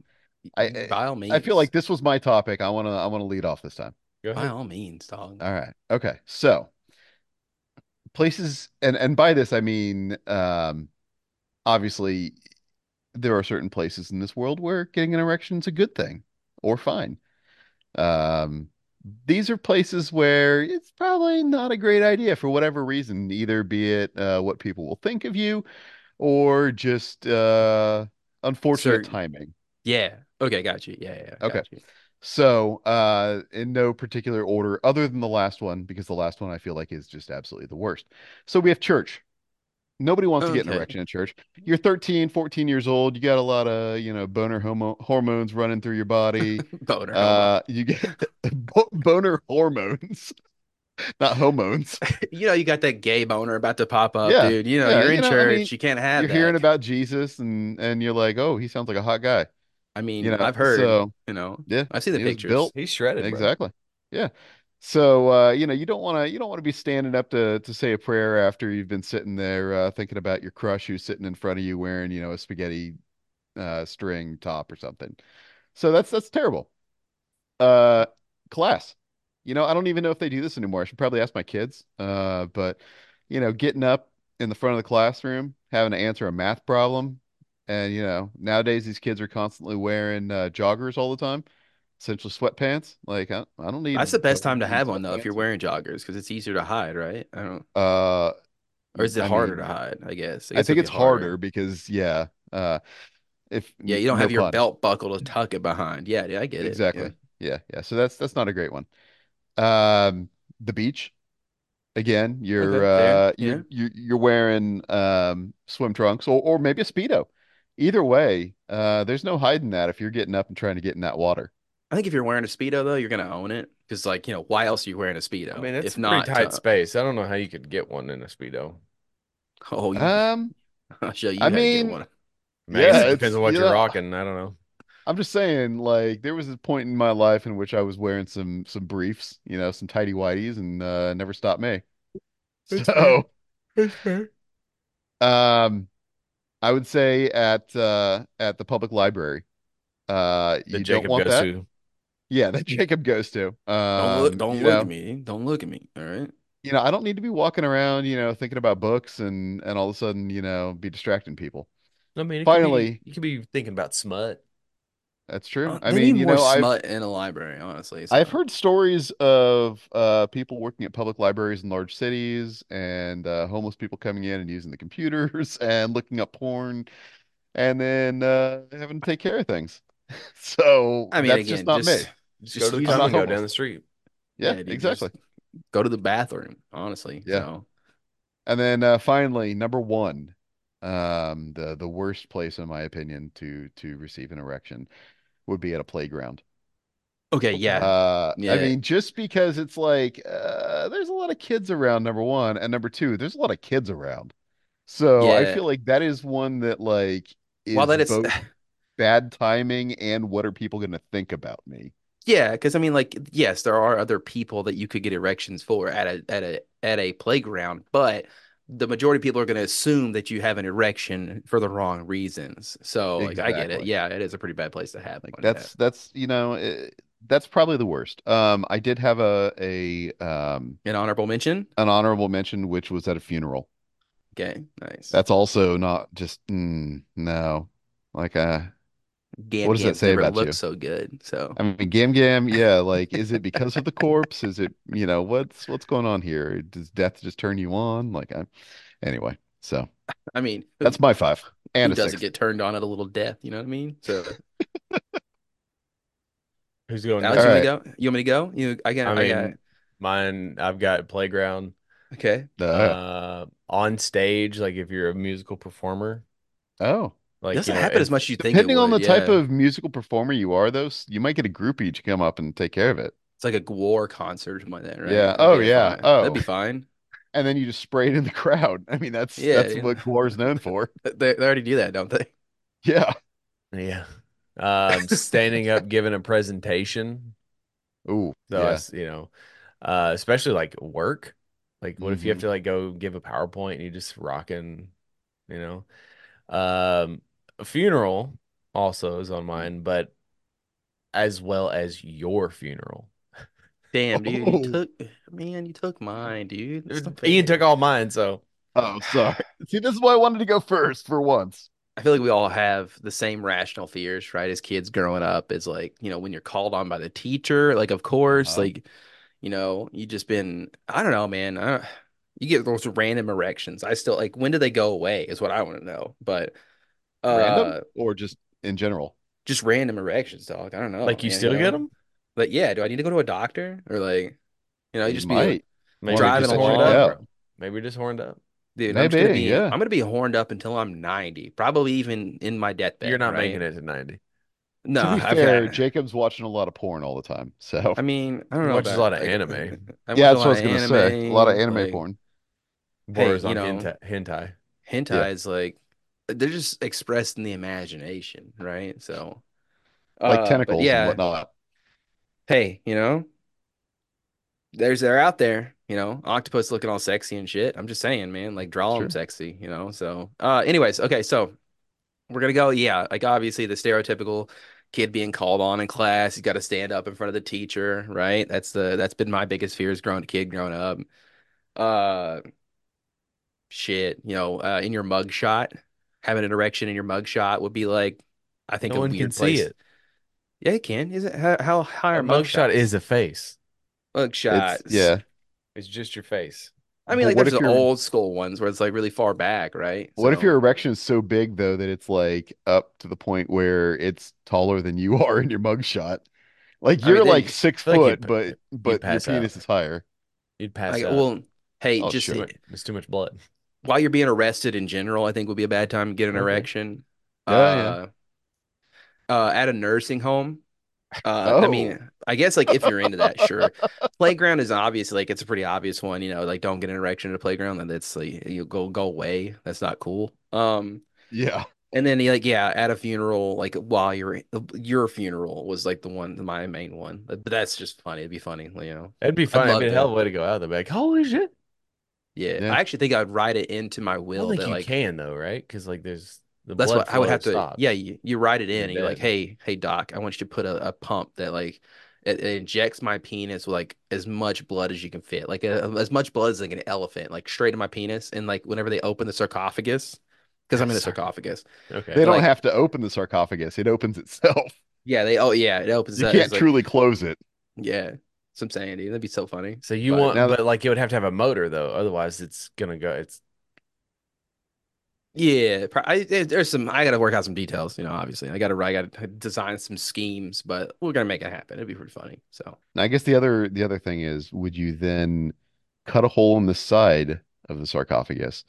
I- I- by all means. I feel like this was my topic. I wanna I wanna lead off this time. Go by ahead. all means, dog. All right. Okay. So places and and by this I mean um obviously there are certain places in this world where getting an erection is a good thing or fine. Um these are places where it's probably not a great idea for whatever reason, either be it uh what people will think of you or just uh unfortunate Certain- timing. Yeah. Okay. Got you. Yeah. Yeah. Okay. got you. So, uh, in no particular order other than the last one, because the last one I feel like is just absolutely the worst. So we have church. Nobody wants to get an Okay. erection at church. You're 13, 14 years old. You got a lot of, you know, boner homo hormones running through your <laughs> body. Boner. hold on. Uh, you get <laughs> bo- boner hormones, not <laughs> hormones. you know, you got that gay boner about to pop up, Yeah, dude. You know, yeah, you're you in know, I church. mean, you can't have You're that. hearing about Jesus and and you're like, oh, he sounds like a hot guy. I mean, You know, I've heard, so you know, yeah, I've seen the he was pictures. built He's shredded, bro. Exactly. Yeah. So uh, you know, you don't want to you don't want to be standing up to to say a prayer after you've been sitting there uh, thinking about your crush who's sitting in front of you wearing, you know, a spaghetti uh, string top or something. So that's that's terrible. Uh, class. You know, I don't even know if they do this anymore. I should probably ask my kids. Uh, but you know, getting up in the front of the classroom, having to answer a math problem, and you know, nowadays these kids are constantly wearing uh, joggers all the time, essentially sweatpants. Like I, I don't need That's the best time to boogers have and one though, if you're sweatpants. wearing joggers, because it's easier to hide, right? I don't, Uh, or is it I harder to mean, hide? I guess. I guess think it'd it's be harder because yeah, uh, if Yeah, you don't no have your pun. belt buckle to tuck it behind. Yeah, dude, I get it. Exactly. Yeah, yeah. So that's that's not a great one. Um, the beach. Again, you're Okay, fair, uh yeah. you're you're you're wearing um swim trunks or or maybe a Speedo. Either way, uh there's no hiding that if you're getting up and trying to get in that water. I think if you're wearing a speedo though, you're gonna own it, because like you know, why else are you wearing a speedo? I mean, that's if a pretty not, tight uh, <laughs> space. I don't know how you could get one in a speedo. oh, you, <laughs> Um, I'll show you I how to get mean, one. Maybe Yeah, it it's- depends on what you you're know, rocking. I don't know. I'm just saying, like, there was a point in my life in which I was wearing some some briefs, you know, some tidy whities and uh never stopped me. That's fair. So That's fair. Um, I would say at uh at the public library. Uh, The you don't Jacob want goes that. to. Yeah, that <laughs> Jacob goes to. Don't look, Um, don't you look know, at me. Don't look at me. All right. you know, I don't need to be walking around, you know, thinking about books and and all of a sudden, you know, be distracting people. I mean, it could be- Finally- you could be thinking about smut. That's true. Uh, I they mean, need you more know, I've smut in a library, honestly. I've so. heard stories of uh people working at public libraries in large cities and uh homeless people coming in and using the computers <laughs> and looking up porn and then uh having to take care of things. <laughs> So I mean, that's just again, not me. just Just, Just go to the use my Taco homeless. down the street. Yeah, dude, just exactly. go to the bathroom, honestly. Yeah. So And then uh, finally, number one, um, the the worst place, in my opinion, to to receive an erection would be at a playground. okay, yeah. Uh, I Yeah. mean, just because it's like uh, there's a lot of kids around, number one, and number two, there's a lot of kids around. So I Yeah. feel like that is one that like While is that is both <laughs> bad timing and what are people going to think about me? yeah, because I mean, like, yes, there are other people that you could get erections for at a at a at a playground, but the majority of people are going to assume that you have an erection for the wrong reasons. So, like, I get it. Exactly. Yeah, it is a pretty bad place to have Like one. Oh, yeah. that's that's you know eh, that's probably the worst. Um, I did have a um, a um An honorable mention. an honorable mention, which was at a funeral. Okay, nice. That's also not just mm, no. Like uh Gam what does that Gam's say never about looked you? so good. So I mean Gam Gam, yeah, like is it because of the corpse? Is it you know, what's what's going on here? Does death just turn you on? Like I'm anyway, so I mean, who, that's my five. who And a doesn't six. get turned on at a little death? You know what I mean? So Who's going Alex, next? you want Alright. me to go? You want me to go? You, I got, I I, got. mean, mine. I've got playground. Okay, Uh, Uh, on stage, like if you're a musical performer, oh. like doesn't you know, happen if- as much as you think. it Depending on would, the type yeah. of musical performer you are, though, s- you might get a groupie to come up and take care of it. it's like a war concert or something like that, right? Yeah. That'd Oh, be yeah. fine. Oh. that'd be fine. And then you just spray it in the <laughs> crowd. I mean, that's Yeah, that's yeah. what Glore's known for. <laughs> They, they already do that, don't they? Yeah. Yeah. Um, standing up, giving a presentation. Ooh, So yeah. it's, you know, uh, especially like work. Like, what if you have Mm-hmm. to like go give a PowerPoint and you're just rocking, you know? Um, a funeral also is Mm-hmm. on mine, but as well as your funeral. Damn, dude, you Oh. took, man, you took mine, dude. That's not Ian fair. took all mine, so Oh, sorry. See, this is why I wanted to go first for once. I feel like we all have the same rational fears, right? As kids growing up, is like, you know, when you're called on by the teacher, like, of course, Uh-huh. like, you know, you just been, I don't know, man. I, you get those random erections. I still like, when do they go away is what I want to know. But Random uh or just in general? just random erections, dog. I don't know. like you man, still get know? them? But yeah, do I need to go to a doctor or like, you know, you You just be might. Maybe Driving just horned along. up, bro. Maybe just horned up. Dude, I'm just gonna Maybe, be, yeah. I'm gonna be horned up until I'm 90, probably even in my deathbed. You're not right? making it to 90. No, to be I've fair, <laughs> got- Jacob's watching a lot of porn all the time. So I mean, I don't know. Watches a about- lot of like, uh, anime. I watch yeah, a that's what I was lot gonna of say. A lot of anime, anime like, porn. Borders you on know. henta- hentai. Hentai Yeah. is like they're just expressed in the imagination, right? So, uh, Like but tentacles and yeah, whatnot. hey, you know, there's they're out there, you know, octopus looking all sexy and shit. I'm just saying, man, like draw them Sure. sexy, you know. So, uh, anyways, okay, so we're gonna go, yeah, like obviously the stereotypical kid being called on in class, he's got to stand up in front of the teacher, right? That's the that's been my biggest fear as grown kid growing up. Uh, shit, you know, uh, in your mug shot, having an erection in your mug shot would be like, I think No a one weird can see place. it. Yeah, you can. Is it how, how high A are mug mugshot shots? is a face. mug It's shots? yeah. It's just your face. I mean, But like what there's if the you're- old school ones where it's like really far back, right? What if So- your erection is so big though that it's like up to the point where it's taller than you <laughs> are in your mugshot? Like I mean, you're then like you- six feel like foot, you'd but but your pass out. penis is higher. You'd pass like, out. well, hey, Oh, just sure. Too mu- it's too much blood. while you're being arrested in general, I think would be a bad time to get an Okay. erection. Yeah, uh, uh, at a nursing home. Uh, I Oh. mean, I guess like if you're into that, <laughs> sure. Playground is obvious, like it's a pretty obvious one, you know, like don't get an erection at a playground, and that's like you go go away. That's not cool. Um, Yeah. and then like yeah, at a funeral, like while you're uh, your funeral was like the one, my main one. But that's just funny. It'd be funny, you know. That'd be fun. It'd love be a that. hell of a way to go out of the bag. Holy shit. Yeah, Yeah. I actually think I'd write it into my I will don't think that you like can though, right? Because like there's the that's blood what I would flow have to. stops. Yeah, you, you write it in, You're and you're like, dead. hey, hey, doc, I want you to put a, a pump that like it, it injects my penis with like as much blood as you can fit, like a, as much blood as like an elephant, like straight in my penis, and like whenever they open the sarcophagus, because I'm in the Sorry. sarcophagus. Okay. They don't Like- have to open the sarcophagus. It opens itself. Yeah, they. Oh yeah, it <laughs> opens You up. can't it's like- truly close it. yeah, that's what I'm saying, dude. That'd be so funny. so you But want, now that- but like it would have to have a motor though. Otherwise, it's gonna go. It's Yeah, pro- I, there- there's some. I gotta work out some details, you know. Obviously, I gotta. I gotta design some schemes, but we're gonna make it happen. It'd be pretty funny. So. Now, I guess the other the other thing is, would you then cut a hole in the side of the sarcophagus,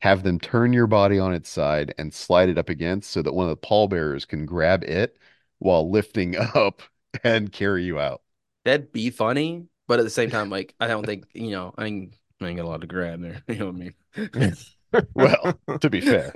have them turn your body on its side and slide it up against so that one of the pallbearers can grab it while lifting <laughs> up and carry you out? That'd be funny, but at the same time, like I don't think you know, I ain't, I ain't got a lot to <laughs> grab there. You know what I mean? Well, to be fair.